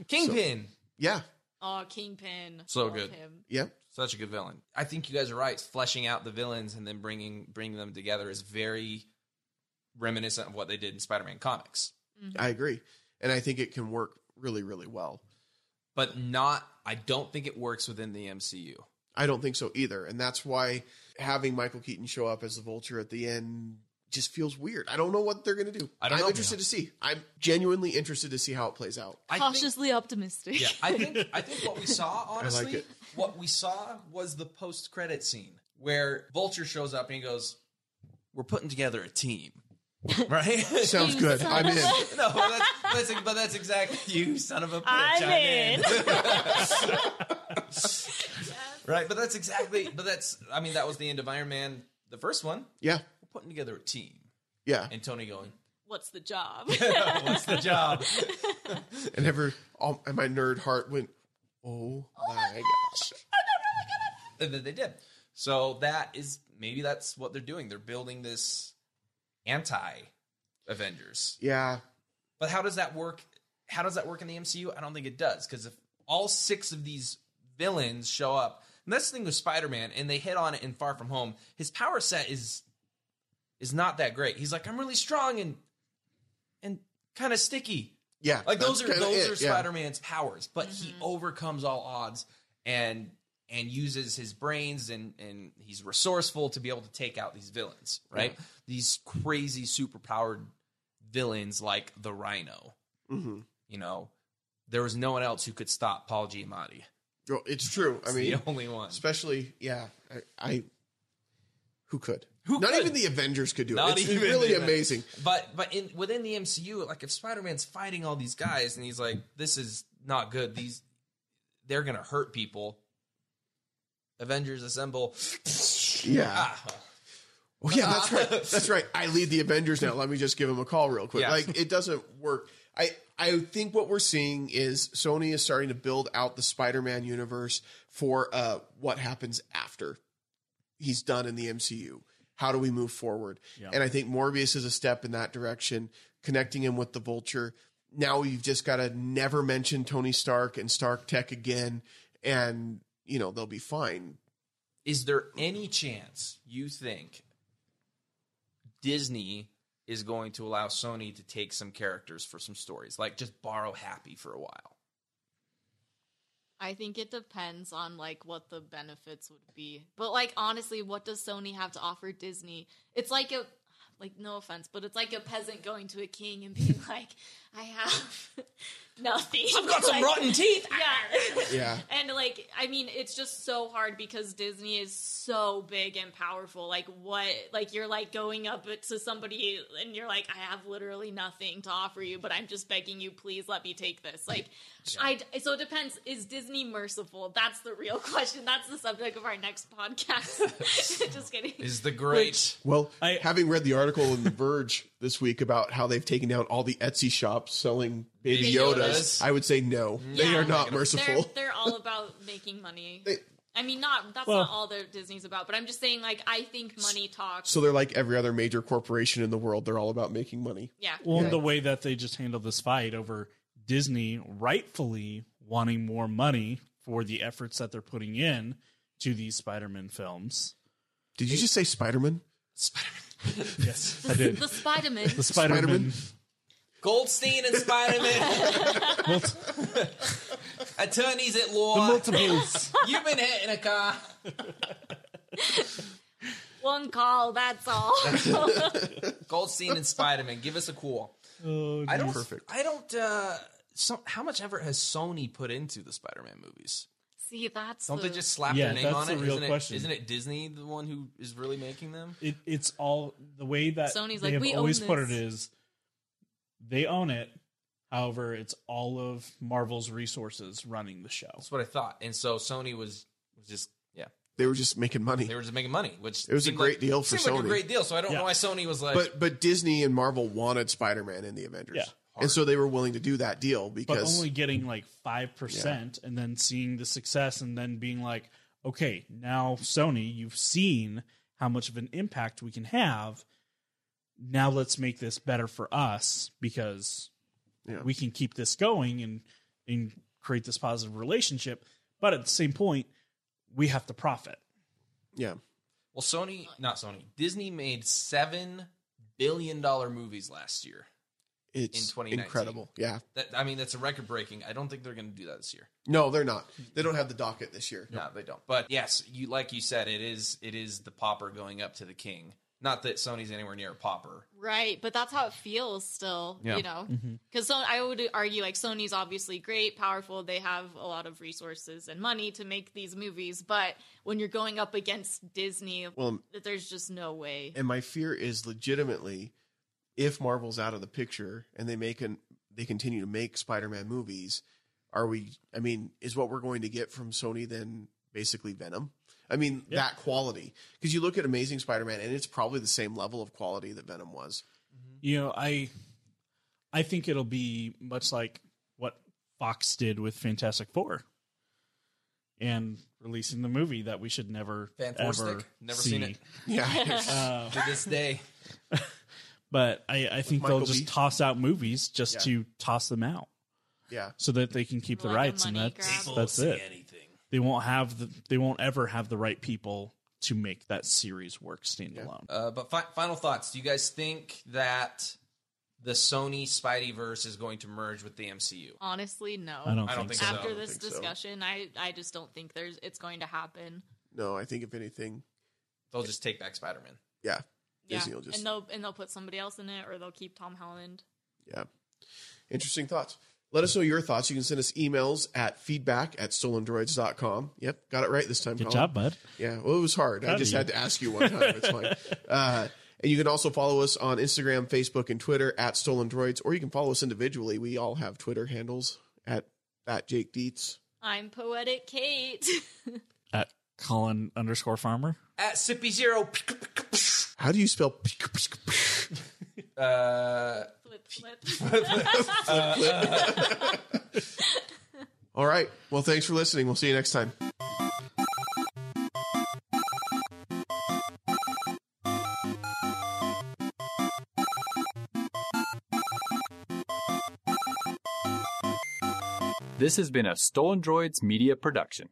S5: Kingpin,
S2: yeah,
S4: Oh, Kingpin,
S5: So
S4: Love
S5: good.
S4: Him.
S2: yep.
S5: such a good villain. I think you guys are right. Fleshing out the villains and then bringing bringing them together is very reminiscent of what they did in Spider Man comics.
S2: I agree, and I think it can work really, really well.
S5: but not I don't think it works within the MCU.
S2: I don't think so either. And that's why having Michael Keaton show up as the vulture at the end just feels weird. I don't know what they're going to do.
S5: I don't
S2: I'm
S5: know.
S2: interested to see. I'm genuinely interested to see how it plays out.
S5: I think,
S4: Cautiously optimistic.
S5: yeah, I think I think what we saw honestly,
S2: it.
S5: what we saw was the post credit scene where Vulture shows up and he goes, "We're putting together a team." Right?
S2: Sounds good. I'm in.
S5: no, that's, that's but that's exactly you, son of a bitch.
S4: I'm in.
S5: right, but that's exactly. But that's. I mean, that was the end of Iron Man, the first one.
S2: Yeah.
S5: We're putting together a team,
S2: Yeah.
S5: and Tony going,
S4: What's the job?
S5: "What's the job?"
S2: And ever all, and my nerd heart went, "Oh my gosh."
S5: And then they did. So that is maybe that's what they're doing. They're building this anti Avengers.
S2: Yeah.
S5: But how does that work? How does that work in the MCU? I don't think it does because if all six of these villains show up, and that's the thing with Spider Man, and they hit on it in Far From Home. His power set is is not that great. He's like, I'm really strong and and kind of sticky.
S2: Yeah.
S5: Like those
S2: That's
S5: are
S2: kinda
S5: those
S2: it,
S5: are
S2: yeah.
S5: Spider Man's powers, but he overcomes all odds and and uses his brains and and he's resourceful to be able to take out these villains, right? These crazy superpowered villains like the Rhino.
S2: Mhm.
S5: You know, there was no one else who could stop Paul Giamatti.
S2: Well, It's true. I
S5: It's
S2: mean,
S5: the only one.
S2: especially yeah, I, I who could?
S5: Who
S2: Not
S5: could?
S2: even the Avengers could do
S5: Not
S2: it. It's
S5: even
S2: really
S5: the-
S2: amazing.
S5: But but in within the MCU, like if Spider Man's fighting all these guys and he's like, "This is not good. These they're gonna hurt people." Avengers assemble.
S2: Yeah.
S5: Ah,
S2: Oh yeah, that's right. That's right. I lead the Avengers now. Let me just give him a call real quick.
S5: Yeah.
S2: Like it doesn't work. I I think what we're seeing is Sony is starting to build out the Spider-Man universe for uh what happens after he's done in the MCU. How do we move forward?
S3: Yeah.
S2: And I think Morbius is a step in that direction, connecting him with the Vulture. Now you've just got to never mention Tony Stark and Stark Tech again, and you know they'll be fine.
S5: Is there any chance you think Disney is going to allow Sony to take some characters for some stories, like just borrow Happy for a while?
S4: I think it depends on like what the benefits would be. But like honestly, what does Sony have to offer Disney? It's like a like no offense, but it's like a peasant going to a king and being like, I have nothing. I've
S5: Got some rotten teeth.
S4: Yeah.
S2: Yeah.
S4: And like, I mean, it's just so hard because Disney is so big and powerful. Like, what? Like, you're like going up to somebody and you're like, I have literally nothing to offer you, but I'm just begging you, please let me take this. Like, I. So it depends. Is Disney merciful? That's the real question. That's the subject of our next podcast. just kidding.
S5: Is the great
S2: Well,
S3: I-
S2: having read the article in The Verge this week about how they've taken down all the Etsy shops selling Baby
S5: Baby
S2: Yodas,
S5: Yodas.
S2: I would say no. They
S4: Yeah.
S2: are not
S4: They're,
S2: merciful.
S4: they're all about making money.
S2: They-
S4: I mean, not that's
S3: Well-
S4: not all that Disney's about, but I'm just saying, like, I think money talks.
S2: So they're like every other major corporation in the world. They're all about making money.
S4: yeah.
S3: Well,
S2: Yeah.
S3: the way that they just handled this fight over Disney rightfully wanting more money for the efforts that they're putting in to these Spider-Man films.
S2: Did you just say Spider-Man?
S3: Yes, I did.
S4: The Spider-Man.
S3: The Spider-Man.
S5: Goldstein and Spider Man
S3: Multi-
S5: attorneys at law?
S3: the multiples.
S5: You've been hit in a car.
S4: One call, that's all.
S5: Goldstein and Spider Man. Give us a call.
S3: Oh,
S5: I don't.
S2: Perfect.
S5: I don't. Uh, so, how much effort has Sony put into the Spider Man movies?
S4: See, that's
S5: Don't
S4: the,
S5: they just slap
S3: Yeah,
S5: their name
S3: that's
S5: on
S3: the
S5: it?
S3: real
S5: not
S3: question.
S5: it? Isn't it Disney the one who is really making them?
S3: it, it's all the way that
S4: Sony's
S3: they
S4: like,
S3: have
S4: "We own
S3: always put
S4: this."
S3: it is they own it. However, it's all of Marvel's resources running the show.
S5: That's what I thought. And so Sony was was just yeah,
S2: They were just making money.
S5: they were just making money, which
S2: It was a
S5: seemed
S2: great
S5: like-
S2: deal for
S5: seemed like a
S2: Sony.
S5: great deal. So I don't
S3: Yeah.
S5: know why Sony was like,
S2: But but Disney and Marvel wanted Spider-Man in the Avengers,
S3: Yeah.
S2: and so they were willing to do that deal
S3: but
S2: because
S3: only getting like 5% and then seeing the success and then being like okay now sony you've seen how much of an impact we can have now let's make this better for us because
S2: Yeah.
S3: we can keep this going and and create this positive relationship but at the same point we have to profit
S2: yeah,
S5: well, Sony, not Sony, Disney made seven billion dollar movies last year.
S2: it's
S5: 2019.
S2: incredible. Yeah,
S5: That I mean, that's a record breaking. I don't think they're going to do that this year.
S2: no, they're not. They don't have the docket this year.
S5: No, they don't. But yes, you like you said, it is it is the popper going up to the king. Not that Sony's anywhere near a popper.
S4: right, but that's how it feels still,
S5: Yeah.
S4: you know. Because so, I would argue like Sony's obviously great, powerful. They have a lot of resources and money to make these movies, but when you're going up against Disney,
S2: Well,
S4: that there's just no way.
S2: and my fear is legitimately if marvel's out of the picture and they make an they continue to make spider-man movies are we i mean is what we're going to get from sony then basically venom i mean
S3: Yeah.
S2: that quality because you look at amazing spider-man and it's probably the same level of quality that venom was
S3: you know i i think it'll be much like what fox did with fantastic four and releasing the movie that we should never ever
S5: Fantastic. Never seen
S3: see.
S5: it.
S2: yeah
S3: Uh,
S5: to this day.
S3: but i i think
S2: Michael
S3: they'll just
S2: B.
S3: toss out movies just
S2: Yeah.
S3: to toss them out
S2: yeah
S3: so that they can keep the
S4: Like a
S3: rights and
S4: money
S3: that's
S4: grab.
S3: that's it
S5: anything.
S3: they won't have the they won't ever have the right people to make that series work standalone
S5: Uh, but fi- final thoughts. Do you guys think that the Sony Spideyverse is going to merge with the MCU?
S4: Honestly, no.
S3: i don't
S5: I don't
S3: think
S5: think
S3: so
S5: so.
S4: After
S5: I don't
S4: this
S2: think so.
S4: discussion, I I just don't think there's it's going to happen.
S2: no i think if anything
S5: They'll just take back Spider Man.
S2: yeah
S4: Yeah,
S2: Disney will just-
S4: and they'll and they'll put somebody else in it, or they'll keep Tom Holland.
S2: yeah interesting thoughts let us know your thoughts. You can send us emails at feedback at stolendroids.com. Yep, got it right this time.
S3: good
S2: Colin.
S3: job bud
S2: Yeah, well, it was hard. I
S3: Proud
S2: just
S3: of you.
S2: had to ask you one time. It's fine. Uh, and you can also follow us on Instagram, Facebook, and Twitter at Stolen Droids, or you can follow us individually. We all have Twitter handles at at Jake Dietz.
S4: I'm poetic Kate.
S3: at colin underscore farmer
S5: At Sippy Zero.
S2: How do you spell?
S5: Uh,
S4: Flip, flip.
S2: All right. Well, thanks for listening. We'll see you next time.
S6: This has been a Stolen Droids media production.